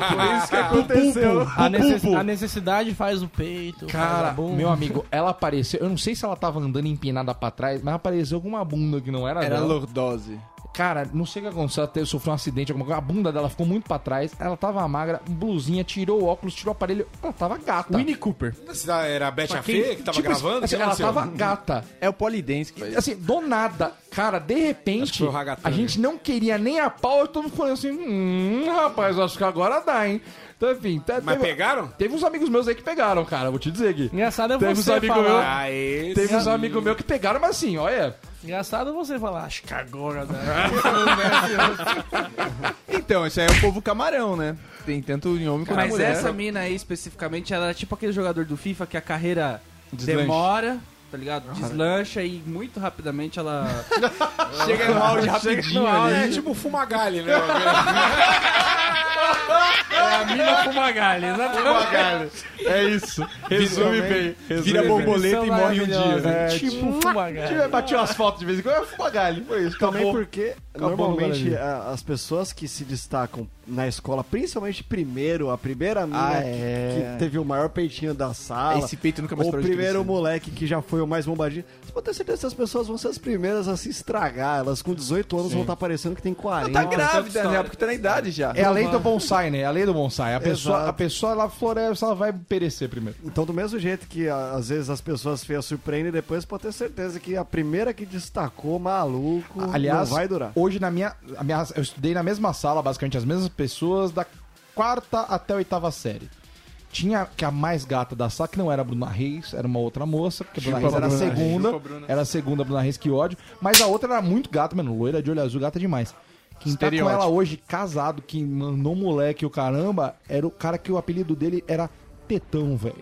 H: A, necess- a necessidade faz o peito. faz a
F: Cara,
H: bunda.
F: meu amigo, ela apareceu. Eu não sei se ela tava andando empinada pra trás, mas apareceu alguma bunda que não era,
D: Era
F: dela.
D: lordose.
F: Cara, não sei o que aconteceu. Ela teve- sofreu um acidente, alguma coisa. A bunda dela ficou muito pra trás. Ela tava magra, blusinha, tirou o óculos, tirou o aparelho. Ela tava gata.
A: Winnie Cooper.
C: Cidade Era a Beth a Fê que tava
F: Tipo,
C: gravando?
F: assim,
C: O que
F: ela
C: aconteceu?
F: tava gata.
D: É o polidense que faz isso.
F: Assim, do nada, cara, de
C: Acho que
F: repente,
C: foi o Ragatanga.
F: a gente não queria nem a pau, e todo mundo falou assim, hum, rapaz, acho que agora dá, hein? Então, enfim, tá-
C: Mas
F: teve,
C: pegaram?
F: teve uns amigos meus aí que pegaram, cara, vou te dizer, Gui.
H: Engraçado é
F: Teve uns
H: você
F: amigos
H: falar.
C: Aê,
F: Teve
D: Ah.
F: uns amigos meus que pegaram, mas assim, olha,
H: Engraçado é você falar, acho que agora, né?
D: Então, isso aí é o povo camarão, né? Tem tanto em homem quanto
A: Mas
D: mulher.
A: essa mina aí, especificamente, ela era tipo aquele jogador do FIFA que a carreira
D: Deslancha.
A: demora, tá ligado? Deslancha e muito rapidamente ela...
D: Chega no áudio
C: Chega
D: rapidinho
C: no áudio,
D: ali.
C: é tipo fumagalli, né?
A: a mina fumagalli, exatamente.
F: é isso. Resume bem.
L: Vira borboleta e morre um dia.
F: É,
H: tipo, uma
F: Tive, batia umas fotos de vez em quando, eu fumo galho. Foi isso,
E: Também
F: acabou.
E: porque
F: Acabou
E: normalmente
F: no
E: a- as pessoas que se destacam na escola, principalmente primeiro, a primeira mina
D: Ah,
E: que-
D: é.
E: que teve o maior peitinho da sala,
D: Esse peito nunca mais
E: o
D: parou de
E: primeiro
D: crescer.
E: moleque que já foi o mais bombadinho, você pode ter certeza que essas pessoas vão ser as primeiras a se estragar. Elas com 18 anos vão estar parecendo que tem 40.
D: Tá grávida, né? Porque tá na idade já.
F: É a lei do bonsai, né? É a lei do bonsai. A pessoa,
E: Exato.
F: a pessoa ela floresce, ela vai perecer primeiro.
E: Então, do mesmo jeito que a- às vezes as pessoas feias surpreendem, depois pode ter certeza que a primeira que destacou, maluco,
F: Aliás,
E: não vai durar.
F: hoje na minha, a minha. Eu estudei na mesma sala, basicamente, as mesmas pessoas, da quarta até a oitava série. Tinha que a mais gata da sala, que não era a Bruna Reis, era uma outra moça, porque a Bruna Reis era a segunda. Era a segunda Bruna Reis, que ódio. Mas a outra era muito gata, mano. Loira de olho azul, gata demais. Quem tá com
D: Estereótipo.
F: ela hoje, casado, que mandou moleque o caramba, era o cara que o apelido dele era Tetão, velho.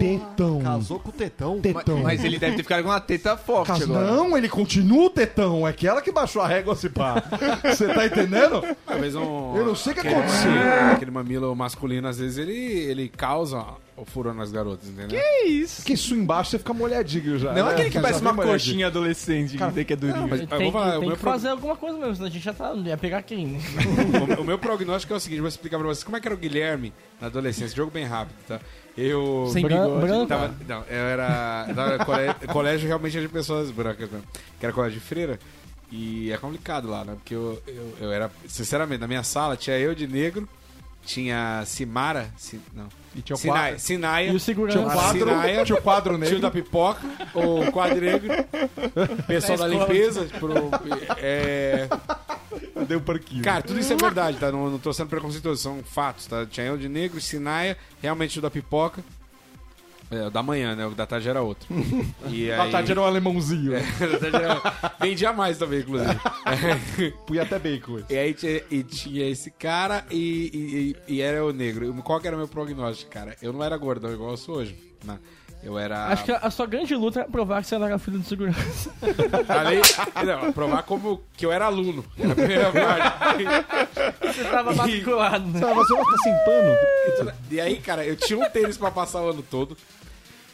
F: tetão.
E: Casou com o tetão.
F: Tetão.
D: Mas ele deve ter ficado com uma teta forte
F: Cas-
D: agora.
F: Não, ele continua o tetão. É que ela que baixou a régua, se pá. Você tá entendendo?
C: Talvez um...
F: Eu não sei o que
C: aquele
F: aconteceu.
C: mamilo- Aquele mamilo masculino, às vezes, ele, ele causa o furor nas garotas, entendeu?
D: É isso.
F: Que isso embaixo você fica molhadinho já.
D: Não é
F: né?
D: aquele que
F: Já
D: parece
F: vem
D: uma
F: molhadinho.
D: coxinha adolescente que que é durinho.
C: Mas, eu
H: Tem,
C: vou falar, o
H: tem
C: meu
H: que fazer alguma coisa mesmo, senão a gente já tá. Ia pegar quem? né?
C: O, o meu prognóstico é o seguinte, vou explicar pra vocês como é que era o Guilherme na adolescência, jogo bem rápido, tá? Eu.
H: Sem Bran- bigode. né? branco?
C: Tava, é não, eu era. tava no cole- né? colégio realmente era de pessoas brancas mesmo. Que era colégio de freira. E é complicado lá, né? Porque eu, eu, eu era. Sinceramente, na minha sala tinha eu de negro, tinha Simara. Si- não.
F: E tinha o
C: Sinaia,
F: quadro.
C: Sinaia.
H: E o segurança.
C: Tinha o
F: Quadro,
C: Sinaia,
F: tinha o quadro negro.
C: Tio da pipoca, o quadro negro. Pessoal da limpeza. Pro, é,
F: Deu parquinho.
C: Cara, tudo isso é verdade, tá? Não, não tô sendo preconceituoso, são fatos, tá? Tinha eu de negro, Sinaia, realmente o da pipoca. É, o da manhã, né? O da tarde era outro. E aí...
F: A tarde era um alemãozinho.
D: É.
C: da tarde era- Vendia mais também, inclusive.
F: Fui até bacon.
C: E aí tinha, e tinha esse cara e, e- e- e era o negro. E Qual que era o meu prognóstico, cara? Eu não era gordão igual eu sou hoje. né? Eu era.
H: Acho que a, a sua grande luta é provar que você era filho do segurança.
C: Além- não, provar como que eu era aluno. Era a primeira parte.
H: Você tava matriculado, né?
F: Mas você tá sem pano?
C: E aí, cara, eu tinha um tênis pra passar o ano todo,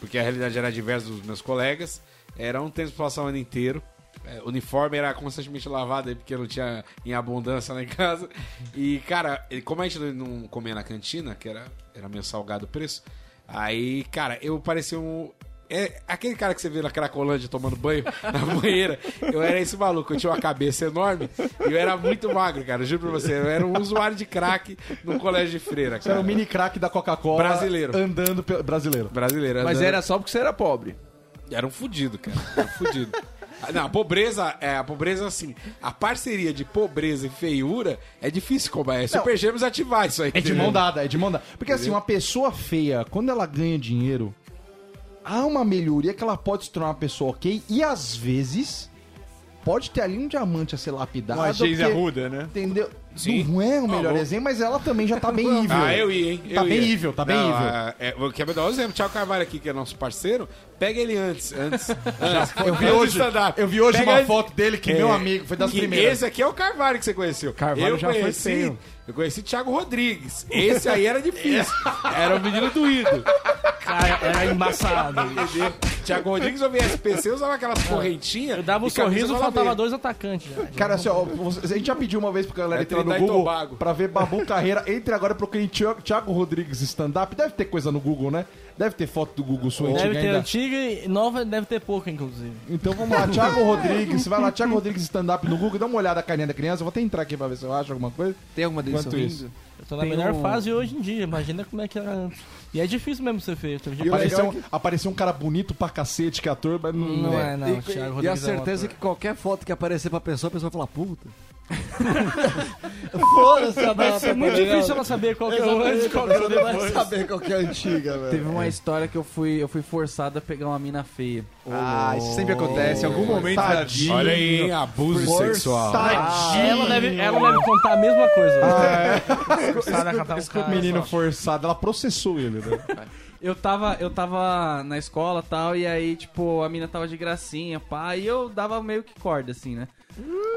C: porque a realidade era diversa dos meus colegas. Era um tênis pra passar o ano inteiro. É, O uniforme era constantemente lavado aí, porque não tinha em abundância lá em casa. E, cara, ele- como a gente não- não comia na cantina, que era, era meio salgado o preço, aí, cara, eu parecia um. É aquele cara que você vê na Cracolândia tomando banho na banheira. Eu era esse maluco, eu tinha uma cabeça enorme e eu era muito magro, cara. Juro pra você, eu era um usuário de crack no colégio de freira.
F: Você era
C: cara.
F: um mini craque da Coca-Cola.
C: Brasileiro.
F: Andando pelo. Brasileiro.
C: Brasileiro.
D: Mas
C: andando-
D: era só porque você era pobre.
C: Era um fudido, cara. Era um fudido. Ah, Não, a pobreza, é, a pobreza assim, a parceria de pobreza e feiura é difícil combater. É Super Gêmeos ativar isso aí.
F: É de mão dada, é de mão dada. Porque assim, uma pessoa feia, quando ela ganha dinheiro, há uma melhoria que ela pode se tornar uma pessoa ok e às vezes pode ter ali um diamante a ser lapidado.
L: Uma Geise
F: porque-
L: Arruda, né? Tá
F: Entendeu?
C: Sim.
F: Não é o melhor
C: bom.
F: exemplo, mas ela também já tá bem evil.
C: Ah, eu ia, hein? Eu
F: Tá bem
C: ia.
F: evil, tá bem
C: Não,
F: evil.
C: ah, é, eu quero dar um exemplo. Thiago Carvalho aqui, que é nosso parceiro, pega ele antes. antes, antes
F: Eu vi
C: Antes de
F: hoje,
C: stand-up.
F: eu vi hoje
C: Pega
F: uma
C: antes-
F: foto dele que
C: É,
F: meu amigo, foi das
C: que
F: primeiras.
C: Esse aqui é o Carvalho que você conheceu.
F: Carvalho
C: eu
F: já foi
C: conheci,
F: feio.
C: Eu conheci Thiago Rodrigues. Esse aí era difícil.
F: um
C: era o menino doído.
H: Cara, era embaçado.
C: Entendeu? Thiago Rodrigues eu via SPC, usava
D: É.
C: aquelas correntinhas.
H: Eu dava um
C: e camisa
H: sorriso,
C: gola
H: faltava
C: verde.
H: dois atacantes. né?
F: Cara, assim, ó, você-
E: é
F: a gente já pediu uma vez pra galera
C: É
F: entrar no
C: Trinidad e
F: Google
C: Tobago.
F: pra ver Babu Carreira. Entre agora e procurem Thi- Thiago Rodrigues stand-up. Deve ter coisa no Google, né? Deve ter foto do Google sua
H: Deve
F: antiga
H: ter
F: ainda.
H: antiga e nova deve ter pouca, inclusive.
F: Então vamos lá, Thiago Rodrigues. Vai lá, Thiago Rodrigues stand-up no Google. Dá uma olhada na carinha da criança. Eu vou até entrar aqui pra ver se eu acho alguma coisa.
D: Tem alguma dele
F: Quanto
D: sorrindo?
H: Eu tô na melhor fase hoje em dia, imagina como é que era antes. E é difícil mesmo ser feio. Teve dia que
F: Apareceu, um- apareceu um cara bonito pra cacete que é ator, mas não,
H: Não é, não.
E: E,
H: Thiago
E: e a
H: Rodrigues é um
E: certeza é
H: ator.
E: que qualquer foto que aparecer pra pessoa, a pessoa vai falar, puta.
H: Vai ser é muito difícil ela saber qual que é o antes e qual que é o depois.
E: saber qual que é a antiga, velho.
A: Teve uma história que eu fui, eu fui forçado a pegar uma mina feia.
D: Ah, isso sempre acontece. Em algum momento da vida.
C: Olha aí, hein? abuso sexual.
H: Ah,
F: Tá,
H: Ela deve, ela deve contar a mesma coisa.
F: Ah, é. O menino forçado, ela processou ele, né?
A: Eu tava, eu tava na escola e tal, e aí, tipo, a mina tava de gracinha, pá, e eu dava meio que corda, assim, né?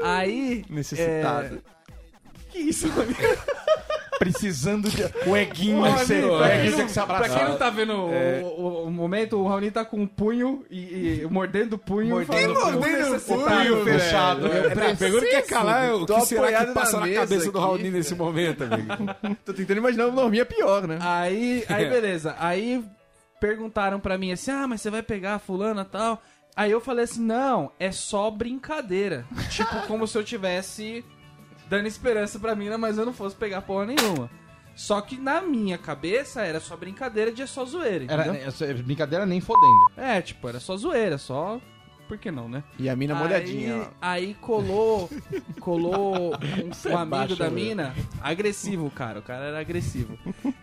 A: Aí.
D: Necessitado.
A: é, Que isso, mano?
F: Precisando de. O eguinho,
A: Ô,
D: é
F: você-
D: tá
A: amigo,
F: o
A: pra
F: eguinho
A: quem
F: tem que se
A: não- Pra
F: abraçar.
A: quem não tá vendo o- o, o momento, o Raoni tá com um punho e, e mordendo o punho.
D: Quem mordeu no punho,
F: fechado.
D: velho?
C: É, a pergunta que é calar é o
D: Tô
C: que será
D: apoiado
C: que passa
D: na
C: na
D: mesa
C: cabeça
D: aqui.
C: do Raoni nesse momento, amigo.
D: Tô tentando imaginar o Norminha pior, né?
A: Aí, aí beleza. Aí perguntaram pra mim assim: "Ah, mas você vai pegar a fulana tal?" Aí eu falei assim: "Não, é só brincadeira". tipo como se eu tivesse dando esperança pra mina, mas eu não fosse pegar porra nenhuma. Só que na minha cabeça era só brincadeira de é só zoeira, entendeu?
F: Era, essa é brincadeira nem fodendo.
A: É, tipo, era só zoeira, só por que não, né?
D: E a mina molhadinha.
A: Aí,
D: ó.
A: aí colou, colou
D: é
A: um, um amigo da mina, agressivo, cara. O cara era agressivo.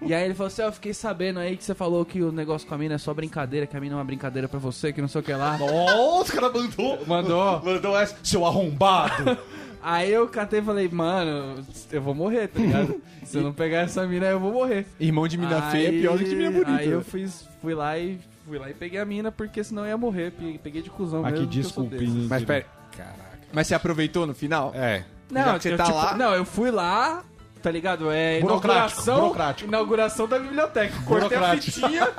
A: E aí ele falou assim: ó, eu fiquei sabendo aí que você falou que o negócio com a mina é só brincadeira, que a mina é uma brincadeira pra você, que não sei o que lá.
F: Nossa, o cara mandou.
A: Mandou.
F: Mandou essa. Seu arrombado.
A: Aí eu catei e falei, mano, eu vou morrer, tá ligado? Se eu não pegar essa mina, eu vou morrer.
D: Irmão de mina feia é pior que de mina bonita.
A: Aí eu fiz, fui lá e fui lá e peguei a mina, porque senão eu ia morrer. Pe- Peguei de cuzão
F: Aqui,
A: mesmo. que eu sou desse.
F: desculpinha.
C: Mas peraí. Caraca.
D: Mas você aproveitou no final?
C: É.
A: Não,
D: Já que você
A: eu,
D: tá
A: tipo,
D: lá-
A: Não, eu fui lá, tá ligado? É
F: Burocrático,
A: inauguração,
F: burocrático.
A: inauguração da biblioteca. Cortei a
F: Burocrático.
A: fitinha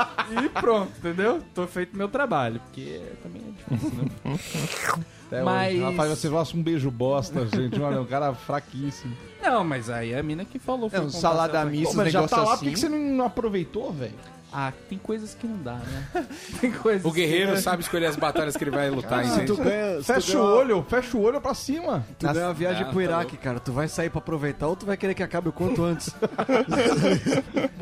A: e pronto, entendeu? Tô feito meu trabalho, porque também é difícil, né?
F: Até
A: Mas-
F: hoje. Rapaz, É você gosta um beijo bosta, gente. Olha, um cara fraquíssimo.
A: Não, mas aí a mina que falou. foi
D: Não,
A: comprar
D: salada
A: certo.
D: missa,
F: Pô, mas já
D: negócio
F: tá lá, por
D: assim.
F: que que você não não aproveitou, velho?
A: Ah, tem coisas que não dá, né? assim. Tem coisas
C: O guerreiro
A: que...
C: sabe escolher as batalhas que ele vai lutar,
E: Se tu
C: entende?
E: ganha, se tu
F: Fecha
E: ganha
F: o
E: uma-
F: olho, fecha o olho pra cima.
E: Tu ganha uma viagem
C: Ah,
E: pro
C: tá
E: Iraque,
C: louco.
E: cara. Tu vai sair pra aproveitar ou tu vai querer que acabe o quanto antes.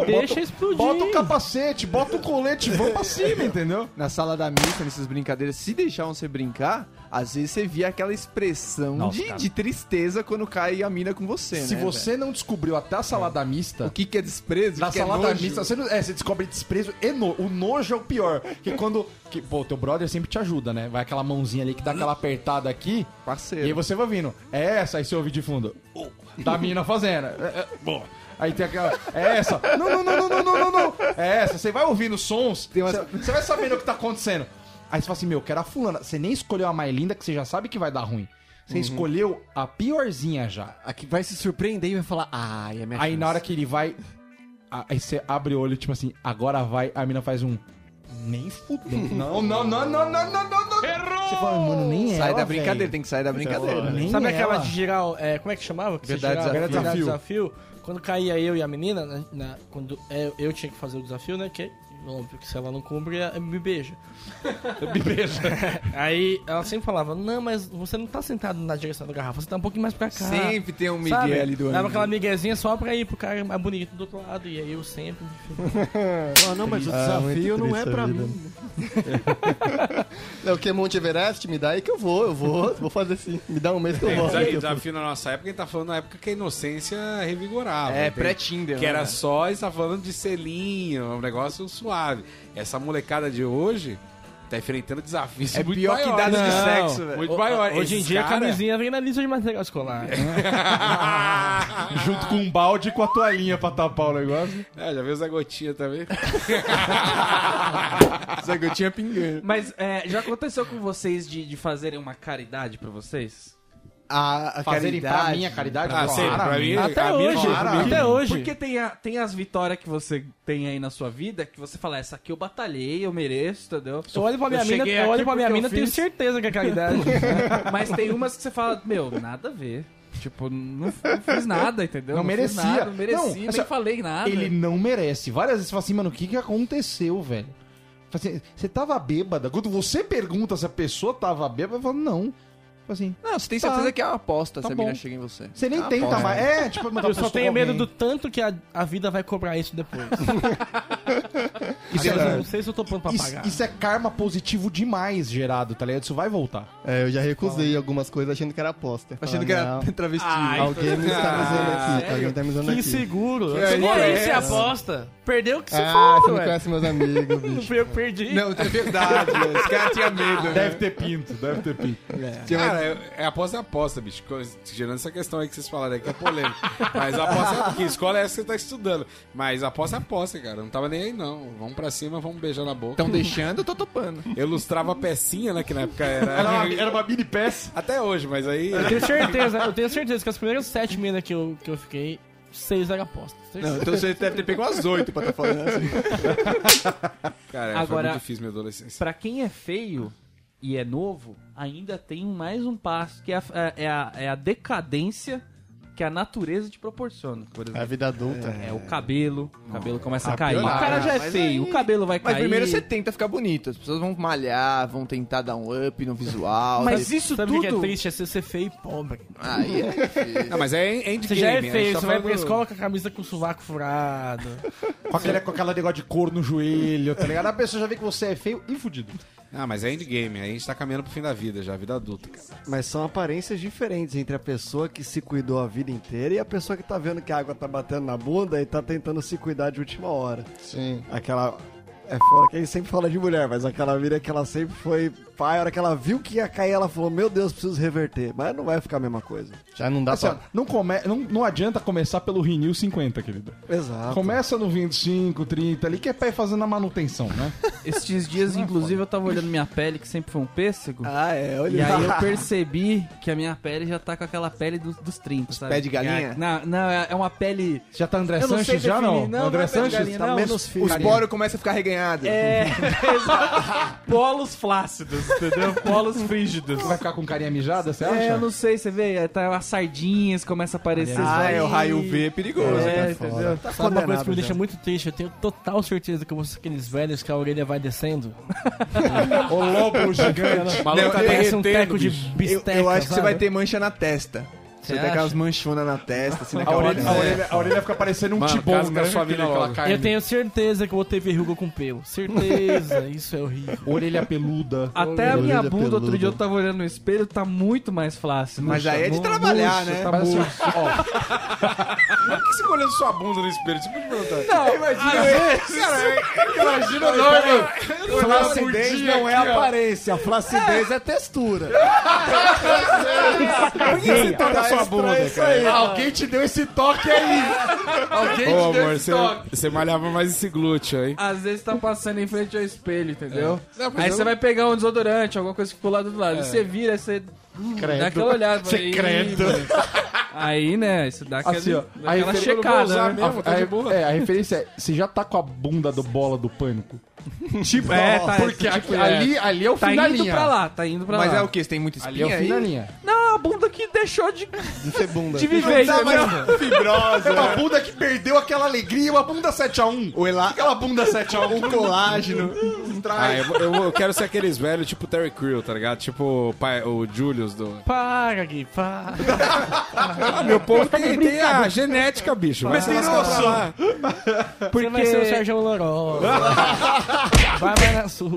H: Deixa explodir.
F: Bota o capacete, bota o colete, vamos pra cima, entendeu?
D: Na sala da missa, nessas brincadeiras, se
E: um
D: deixavam você brincar, às vezes você via aquela expressão
A: Nossa,
D: de,
A: cara.
D: de tristeza quando cai a mina com você,
F: Se
D: né?
F: você
D: velho?
F: não descobriu até a salada mista,
D: O que, que é desprezo?
F: Na
D: o que
F: salada
D: é nojo?
E: Ah,
F: mista, você, não- é, você descobre desprezo e no, o nojo é o pior. Que quando. Que, pô, teu brother sempre te ajuda, né? Vai aquela mãozinha ali que dá aquela apertada aqui. E
D: Parceiro.
F: aí você vai vindo. É essa, aí você ouve de fundo.
E: Oh.
F: Da mina fazendo. É, é, bom. Aí tem aquela. É essa. Não, não, não, não, não, não, não, não. É essa. Você vai ouvindo os sons. Você você vai sabendo o que tá acontecendo. Aí você fala assim, meu, quero a fulana. Você nem escolheu a mais linda, que você já sabe que vai dar ruim. Você escolheu a piorzinha já.
E: Aqui Uhum. vai se surpreender e vai falar, ai, é minha
F: Aí
E: chance."
F: na hora que ele vai. a- Aí você abre o olho, tipo assim, agora vai, a mina faz um. Nem fudendo. Não, não, não, não, não, não, não, não. Errou! Você fala, mano, nem
D: Sai
F: ela,
D: da brincadeira,
F: velho.
D: tem que sair da brincadeira. né?
F: nem
H: Sabe aquela
F: ela.
H: de girar. o- é, como é que chamava? Que você
D: Verdade,
H: girava-
D: desafio.
H: Verdade, desafio. Quando caía eu e a menina, na- na- quando é, eu tinha que fazer o desafio, né? Que óbvio que se ela não cumpre, é- me beija. me beija. Aí ela sempre falava: Não, mas você não tá sentado na direção da garrafa, você tá um pouquinho mais pra cá.
D: Sempre tem um Miguel
H: Sabe?
D: ali do
H: Dava
D: ano.
H: aquela miguezinha só pra ir pro cara mais bonito do outro lado. E aí eu sempre.
E: Ah, não, mas o desafio não é pra mim.
B: É o que Monte Everest me dá aí que eu vou, eu vou, vou fazer sim. Me dá um mês que eu
C: Tem
B: volto.
C: desa- desafio na nossa época, ele tá falando na época que a inocência revigorava.
D: É,
C: entende?
D: pré-Tinder.
C: Que era
D: né?
C: só, está falando de selinho, um negócio suave. Essa molecada de hoje tá enfrentando desafios
D: É
C: muito
D: pior que
C: maiores.
D: idade de
C: Não,
D: sexo, velho.
C: Muito maior.
H: Hoje em
C: Esses
H: dia a
C: cara- É.
H: camisinha vem na lista de material escolar.
F: Junto com um balde e com a toalhinha pra tapar o negócio.
C: É, já viu o Zé Gotinha também?
D: Zé Gotinha pingando.
A: Mas é, já aconteceu com vocês de, de fazerem uma caridade pra vocês?
D: A, a
F: Fazerem
D: caridade.
F: pra mim a caridade.
C: Ah,
F: pô,
C: sempre, pra mim. é
H: Até
C: a minha
H: hoje,
C: não era.
H: até hoje.
A: Porque tem, a- tem as vitórias que você tem aí na sua vida que você fala, essa aqui eu batalhei, eu mereço, entendeu?
H: Eu olho pra minha
A: Eu
H: mina,
A: cheguei
H: eu
A: aqui
H: olho pra minha
A: porque eu
H: mina, tenho
A: fiz.
H: certeza que é caridade.
A: Mas tem umas que você fala, meu, nada a ver. Tipo, não, não fiz nada, entendeu?
F: Não
A: fiz
F: merecia.
A: nada, não mereci,
F: Não,
A: nem
F: essa-
A: falei nada.
F: Ele não merece. Várias vezes você fala assim, mano, o que, que aconteceu, velho? Fala assim, Você tava bêbada? Quando você pergunta se a pessoa tava bêbada, eu falo, não. Fala assim,
D: Não, você tem certeza
F: Tá.
D: que é uma aposta
F: Tá
D: se a
F: bom.
D: menina chega em você.
F: você nem tenta mais. É, tipo, mas
H: Eu só tenho medo do tanto que a, a vida vai cobrar isso depois.
F: Isso
H: Eu
F: é,
H: não sei se eu tô pronto pra
F: isso,
H: pagar.
F: isso é karma positivo demais gerado, tá ligado? Isso vai voltar.
B: É, eu já recusei algumas coisas achando que era aposta.
D: Achando
B: Falei,
D: que era
B: "Não,
D: travesti.
B: Alguém me está me usando aqui. Alguém tá me usando
H: Que
B: aqui.
H: inseguro.
D: É,
H: É,
D: isso é
H: você aposta. Perdeu o que você
B: Ah, você
H: falou,
B: não
H: velho.
B: conhece meus amigos, bicho.
H: Fui eu que perdi.
D: Não, é verdade. velho. Esse cara tinha medo. né?
F: Deve ter pinto, deve ter pinto.
C: Cara, é- é aposta é aposta, bicho. Co- Gerando essa questão aí que vocês falaram aí, que é polêmica. Mas a aposta é que escola é essa que você tá estudando. Mas a aposta é aposta, cara. Não tava nem aí, não. Vamos pra cima, vamos beijar na boca.
D: Estão deixando, eu tô topando.
C: Eu lustrava a pecinha, né? Que na época era.
F: Era uma, era uma mini peça.
C: Até hoje, mas aí.
H: Eu tenho certeza, eu tenho certeza que as primeiras sete minas que eu, que eu fiquei, seis era aposta.
D: Não, então você deve ter pego umas oito pra tá falando assim.
C: Cara, foi
A: Agora-
C: muito difícil minha adolescência.
A: Pra quem é feio e é novo, ainda tem mais um passo, que é a, é a, é a decadência que a natureza te proporciona, por
B: A
A: exemplo.
B: vida adulta.
A: É, o cabelo, o cabelo começa a cair.
D: pior
A: O cara já é feio, o cabelo vai
D: Mas
A: cair.
D: primeiro você tenta ficar bonito. As pessoas vão malhar, vão tentar dar um up no visual.
A: Mas isso
H: Sabe o que é
A: tudo...
H: triste? É você ser feio e pobre.
D: Aí é difícil.
C: Não, mas é endgame.
H: Você já é
C: né? A gente
H: feio,
C: tá
H: você vai
C: falando-
H: pra escola com a camisa com o sovaco furado.
F: Com aquele, com aquela negócio de cor no joelho, tá ligado? A pessoa já vê que você é feio e fudido.
C: Ah, mas é endgame. Aí a gente tá caminhando pro fim da vida já, vida adulta, cara.
E: Mas são aparências diferentes entre a pessoa que se cuidou a vida inteira e a pessoa que tá vendo que a água tá batendo na bunda e tá tentando se cuidar de última hora.
B: Sim.
E: Aquela. É fora que a gente sempre fala de mulher, mas aquela mina que ela sempre foi pai, a hora que ela viu que ia cair, ela falou: Meu Deus, preciso reverter. Mas não vai ficar a mesma coisa.
B: Já não
D: Tá
B: dá
F: Assim, ó,
B: pra.
F: não, come, não, não adianta começar pelo Renew 50, querido.
D: Tá
E: Exato.
F: Começa no 25, 30 ali, que é pra ir fazendo a manutenção, né?
A: Estes dias, inclusive, eu tava olhando minha pele, que sempre foi um pêssego.
D: Ah, é, olha
A: E aí eu percebi que a minha pele já tá com aquela pele dos, dos 30, sabe?
D: pé de galinha?
A: Não, não, é é uma pele...
F: Já tá André
A: Eu não sei
F: Sanches? Já
A: definir, não,
F: não?
A: não
F: André
A: é pé de
F: Sanches?
A: galinha,
F: tá
A: não.
F: menos
D: O
F: filho.
D: esporo começa a ficar reganhado.
A: É, exato. Polos flácidos. entendeu? Polos frígidos.
F: Vai ficar com carinha mijada, você
A: É, eu
F: acha?
A: não sei, você vê, é, tá as sardinhas começa a aparecer.
D: Ah, é o raio V é
A: É,
D: perigoso. né?
A: entendeu?
H: Sabe
E: é
H: uma coisa que me
B: já.
H: deixa muito triste? Eu tenho total certeza que eu vou ser aqueles velhos que a orelha vai descendo.
F: O lobo gigante.
C: O maluco tá
H: Parece um
C: derretendo,
H: teco de
C: bicho.
D: Eu,
H: bisteca,
D: eu acho que você
H: sabe?
D: vai ter mancha na testa. Você
H: Você
D: tem aquelas
H: acha?
D: manchonas na testa, assim,
F: A
D: naquela
F: orelha, a, orelha, a orelha fica parecendo um
C: Mano,
F: tibom,
C: casca
F: né?
C: a sua vida
F: Aquele-
C: naquela carne.
H: Eu tenho certeza que eu vou ter verruga com pelo. Certeza, isso é horrível.
F: Orelha peluda.
A: Até a minha
D: é
B: Orelha
A: bunda, outro
B: peluda.
A: dia eu tava olhando no espelho, tá muito mais fácil.
D: Mas aí é de
A: mu-
D: trabalhar,
A: murcha,
D: né?
A: Tá
F: Mas, assim,
A: murcha.
F: ó,
C: Por que você olhando sua bunda no espelho? Tipo,
E: Imagina o nome. Flacidez não é aparência, a flacidez é textura. Por que você
C: tá
E: toca sua bunda, cara? Alguém te deu esse toque aí.
C: Ô, amor, você, é um- você malhava mais esse glúteo, hein?
A: Às vezes tá passando em frente ao espelho, entendeu?
F: É.
C: Não, mas
A: Aí
C: eu-
A: você vai pegar um desodorante, alguma coisa que ficou lá do lado. Você vira, você hum, dá aquela olhada. Você credo. Aí, né, isso dá aquela,
F: assim, ó.
A: dá
F: A
A: aquela
F: referência,
A: checada, né?
C: mesmo, tá
F: a,
C: de boa.
F: a, é, a referência é, você já tá com a bunda do bola do pânico.
A: Tipo, é, tá,
F: Porque aqui- ali, ali é o
A: tá
F: fim da
A: indo
F: linha.
A: pra lá, tá indo pra
D: Mas
A: lá.
D: é o que? Você tem muita
F: Ali é o
D: espinha
F: fim
D: aí?
F: da linha.
A: Não, a bunda que deixou de,
B: Isso é bunda.
A: de viver,
F: dá
A: entendeu?
H: tá
F: É uma bunda que perdeu aquela alegria, uma bunda 7x1.
B: O Elá-
F: Aquela bunda 7x1.
B: colágeno.
C: Ah, eu, eu- eu quero ser aqueles velhos tipo Terry Crew, tá ligado? Tipo o, pai, o Julius do.
H: Para, Gui, para.
C: Ah, meu povo tem, tem a genética, bicho. Mas tem lá.
H: Você vai ser o Sérgio Loró. vai mais na sua.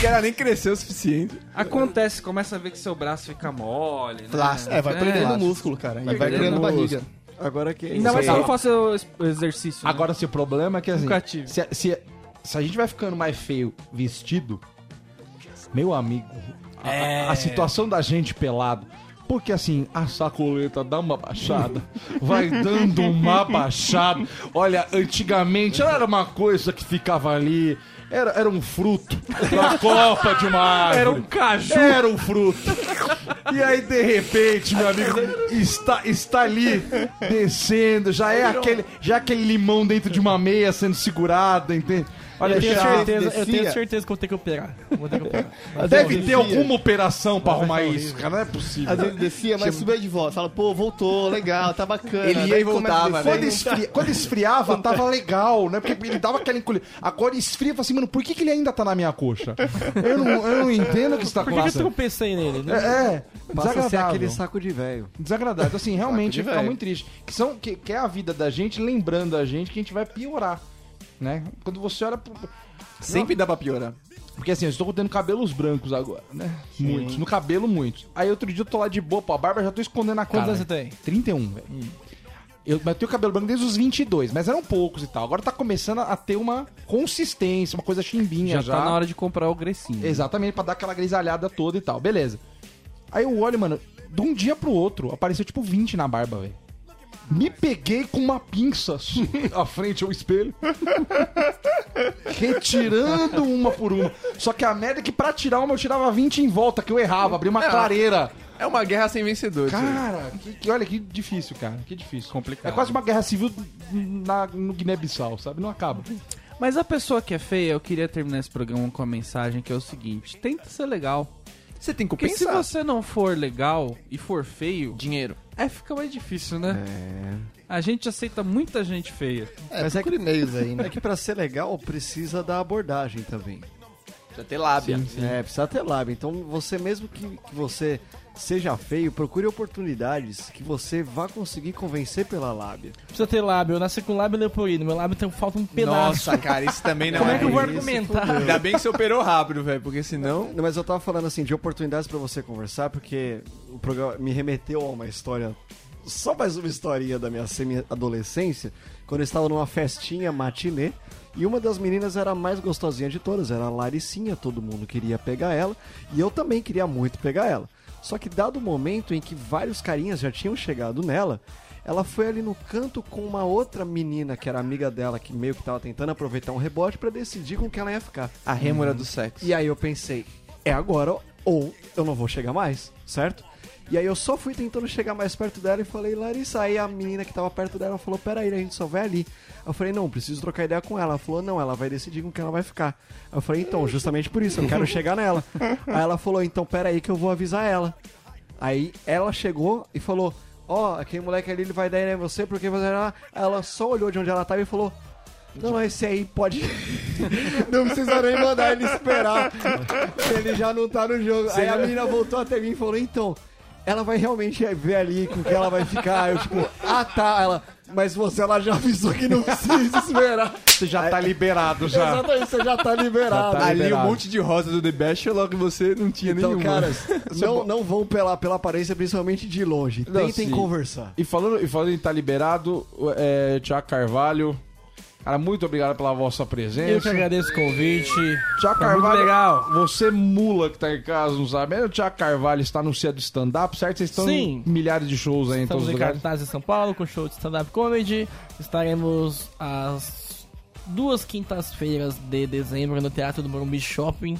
D: Que ela nem cresceu o suficiente.
A: Acontece, começa a ver que seu braço fica mole, né?
B: É, vai perdendo músculo, cara. E vai criando barriga.
E: Agora que.
A: Ainda mais que eu não faço es- exercício. né?
F: Agora, se o problema é que assim,
A: Nunca tive.
F: se, se, se a gente vai ficando mais feio vestido, meu amigo, a, a- a situação da gente pelado. Porque assim, a sacoleta dá uma baixada, vai dando uma baixada. Olha, antigamente ela era uma coisa que ficava ali, era, era um fruto, uma copa de uma árvore.
A: Era um caju.
F: Era um fruto. E aí, de repente, meu amigo, está, está ali descendo. Já é, aquele, já é aquele limão dentro de uma meia sendo segurado, entende? Olha,
H: Eu tenho,
F: já-
H: certeza, eu tenho
B: descia.
H: certeza que eu vou ter que operar. Vou ter que operar.
F: deve ter alguma operação pra arrumar isso, cara. Não é possível.
B: Às vezes descia, mas subia de volta. Fala, pô, voltou, legal, tá bacana.
D: Ele ia
B: Daí
D: e
B: começa a
D: voltava,
B: descer,
D: né?
F: Quando, esfria- quando esfriava, tava legal, né? Porque ele dava aquela encolhida. Agora esfria e fala assim, mano, por que, que ele ainda tá na minha coxa? Eu não, eu não entendo o que está
H: Por que, que eu
F: acontecendo.
H: tropecei nele?
F: É, é,
E: Passa a ser
F: desagradável.
E: aquele saco de velho.
F: desagradável. Assim, realmente
B: Saco de
F: fica
B: velho.
F: muito triste. Que, são, que, que é a vida da gente lembrando a gente que a gente vai piorar. Né? Quando você olha. pro-
D: Sempre dá pra piorar.
F: Porque assim, eu estou tendo cabelos brancos agora, né? Muitos. No cabelo, muitos. Aí outro dia eu tô lá de boa, pô, a barba já tô escondendo a cara. né?
H: Quantos anos você tem?
F: 31, velho. Eu, mas eu tenho cabelo branco desde os 22, mas eram poucos e tal. Agora tá começando a ter uma consistência, uma coisa chimbinha
A: Já,
F: já.
A: tá na hora de comprar o
D: É.
A: Grecinho.
F: Exatamente, pra dar aquela grisalhada toda e tal. Beleza. Aí eu olho, mano, de um dia pro outro, apareceu tipo 20 na barba, velho. Me peguei com uma pinça su- à frente ao espelho. Retirando uma por uma. Só que a merda é que pra tirar uma eu tirava 20 em volta, que eu errava, abri uma clareira.
D: É uma guerra sem vencedores. né?
F: Cara, que, que- olha que difícil, cara. Que difícil.
A: Complicado.
F: É quase uma guerra civil na, no Guiné-Bissau, sabe? Não acaba.
A: Mas a pessoa que é feia, eu queria terminar esse programa com a mensagem que é o seguinte: tenta ser legal.
D: Você tem que
A: Porque se
D: pensar.
A: você não for legal e for feio,
D: Dinheiro. É.
A: aí fica mais difícil, né? A gente aceita muita gente feia.
B: É, mas é que... e-mails aí, né?
E: É que pra ser legal precisa da abordagem também.
D: Precisa ter lábia.
E: É, precisa ter lábio. Então você mesmo que, que você seja feio, procure oportunidades que você vá conseguir convencer pela lábia.
H: Precisa ter lábio. Eu nasci com lábio leporino. Meu lábio tem, falta um pedaço.
D: Nossa, cara, isso também não
H: Como
D: é.
H: é que eu vou
E: isso,
H: argumentar?
D: Ainda bem que você operou rápido, velho, porque senão.
E: Não, mas eu tava falando assim de oportunidades pra você conversar, porque o programa me remeteu a uma história, só mais uma historinha da minha semi-adolescência, quando eu estava numa festinha matinê e uma das meninas era a mais gostosinha de todas, era a Laricinha, todo mundo queria pegar ela e eu também queria muito pegar ela. Só que dado o momento em que vários carinhas já tinham chegado nela, ela foi ali no canto com uma outra menina que era amiga dela, que meio que tava tentando aproveitar um rebote pra decidir com quem ela ia ficar.
D: A rêmora do sexo.
E: E aí eu pensei, é agora ou eu não vou chegar mais, certo? E aí eu só fui tentando chegar mais perto dela e falei, Larissa, aí a menina que tava perto dela falou, peraí, a gente só vai ali. Eu falei, não, preciso trocar ideia com ela. Ela falou, não, ela vai decidir com quem ela vai ficar. Eu falei, então, justamente por isso, eu quero chegar nela. Aí ela falou, então peraí que eu vou avisar ela. Aí ela chegou e falou, ó, aquele moleque ali ele vai dar em você, porque você... Ela só olhou de onde ela tava e falou, não, esse aí pode. não precisa nem mandar ele esperar. Ele já não tá no jogo. aí a menina voltou até mim e falou: então, ela vai realmente ver ali com que ela vai ficar. Eu, tipo, ah tá. Ela, mas você, ela já avisou que não precisa esperar.
F: Você já tá liberado já.
E: Exatamente, você já tá liberado.
F: tá
D: Ali um
F: liberado.
D: monte de rosa do The Bachelor que você não tinha
E: Então,
D: nenhuma.
E: caras, não, não vão pela, pela aparência, principalmente de longe.
F: Não,
E: Tentem
F: sim.
E: conversar.
F: E falando, e falando em tá liberado, é, Tiago Carvalho. Cara, muito obrigado pela vossa
H: Eu que
F: presença.
H: agradeço o convite.
F: Tiago
H: Foi muito
F: Carvalho,
H: legal.
F: você mula que tá em casa, não sabe? O Tiago Carvalho está no dia do stand-up, certo? Vocês estão
H: Sim.
F: em milhares de shows aí em
H: Estamos
F: todos os
H: em
F: lugares.
H: cartaz em São Paulo com show de stand-up comedy. Estaremos às duas quintas-feiras de dezembro no Teatro do Morumbi Shopping.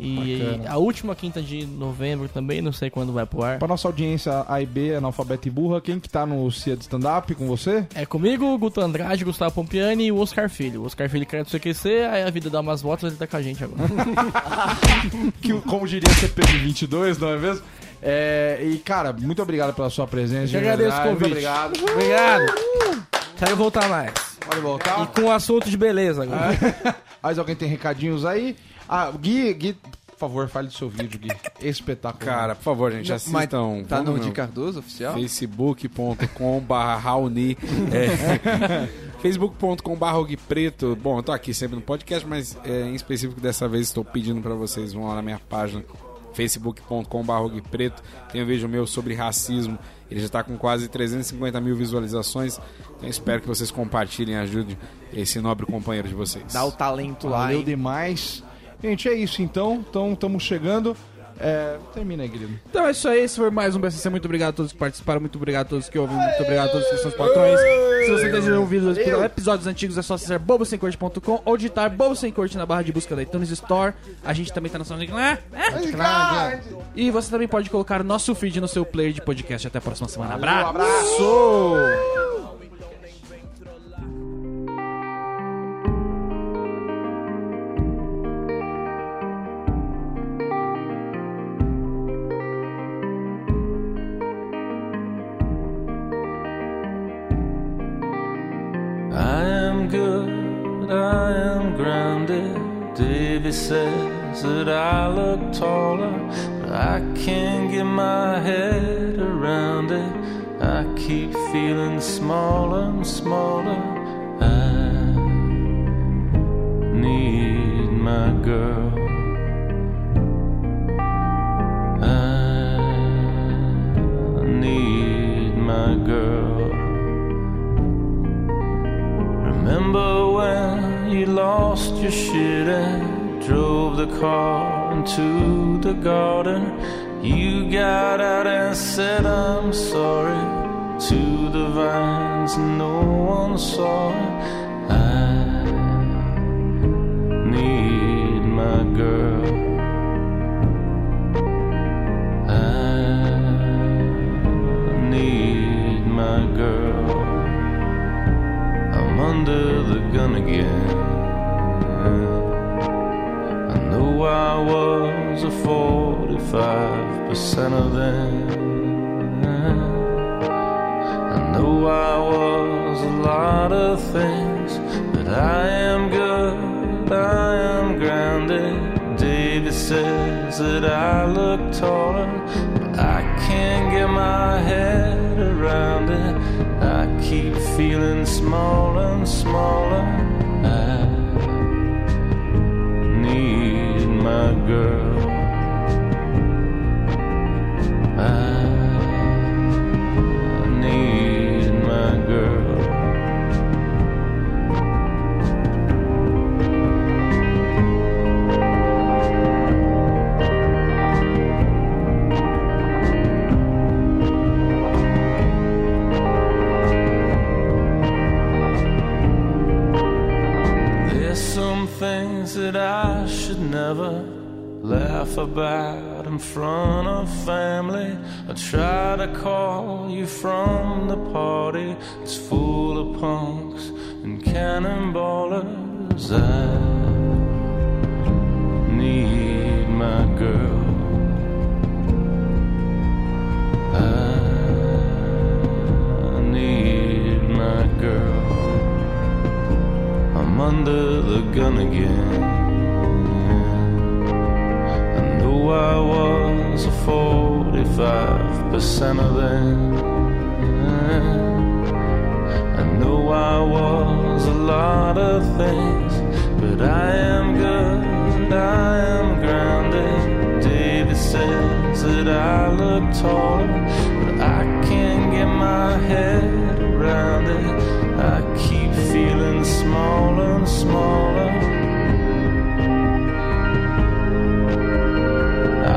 H: E
F: Bacana.
H: a última quinta de novembro também, não sei quando vai pro ar.
F: Pra nossa audiência A e B, analfabeta e burra, quem que tá no Cia de Stand-up com você?
H: É comigo, Guto Andrade, Gustavo Pompiani e o Oscar Filho. O Oscar Filho quer se aquecer, aí a vida dá umas voltas ele tá com a gente agora.
F: Que, como diria CP22, não é mesmo? É, e, cara, muito obrigado pela sua presença.
H: Eu
F: de
H: agradeço o
F: verdade. Muito
H: convite.
F: obrigado.
H: Obrigado! Quero voltar mais.
F: Pode voltar.
H: E com assunto de beleza agora.
F: Mais alguém tem recadinhos aí? Ah, Gui, Gui, por favor, fale do seu vídeo, Gui. Espetacular.
C: Cara, por favor, gente, assistam.
D: Tá
C: Vamos
D: no de Cardoso oficial?
C: facebook.com.br Raoni. É, facebook.com.br Og Preto. Bom, eu tô aqui sempre no podcast, mas é, em específico dessa vez estou pedindo para vocês vão lá na minha página facebook.com.br Og Preto. Tem um vídeo meu sobre racismo. Ele já tá com quase 350 mil visualizações. Então espero que vocês compartilhem e ajudem esse nobre companheiro de vocês.
D: Dá o talento lá,
F: Valeu
D: hein?
F: demais. Gente, é isso então. Então, estamos chegando. É, termina aí, Guilherme.
A: Então é isso aí, esse foi mais um BSC. Muito obrigado a todos que participaram, muito obrigado a todos que ouvem, muito obrigado a todos que são os patrões. Se você deseja ouvir os episódios antigos, é só acessar bobosemcorte.com ou digitar bobo sem corte na barra de busca da iTunes Store. A gente também tá na sua. Ah, ah. E você também pode colocar o nosso feed no seu player de podcast. Até a próxima semana. Abraço!
M: I am good, I am grounded. Davy says that I look taller, but I can't get my head around it. I keep feeling smaller and smaller. I need my girl. I need my girl. Remember when you lost your shit and drove the car into the garden? You got out and said, I'm sorry to the vines, and no one saw it. I need my girl. I need my girl. I'm under the gun again. I know I was a 45% of them. I know I was a lot of things, but I am good, I am grounded. David says that I look taller, but I can't get my head around it. I keep feeling smaller and smaller. I need my girl. I need my girl. There's some things that I should never laugh about. in front of family. I try to call you from the party. It's full of punks and cannonballers. I need my girl. I need my girl. I'm under the gun again. I know I was a 45% of them. I know I was a lot of things, but I am good, I am grounded. David says that I look tall, but I can't get my head around it. I keep feeling smaller and smaller.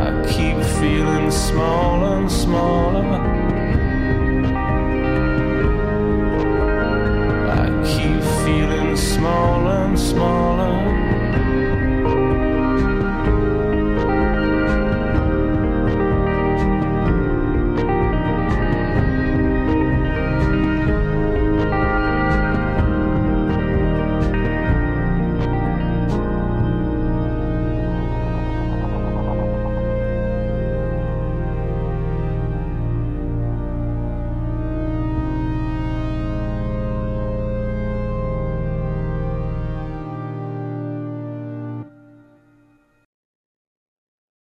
M: I keep feeling smaller and smaller.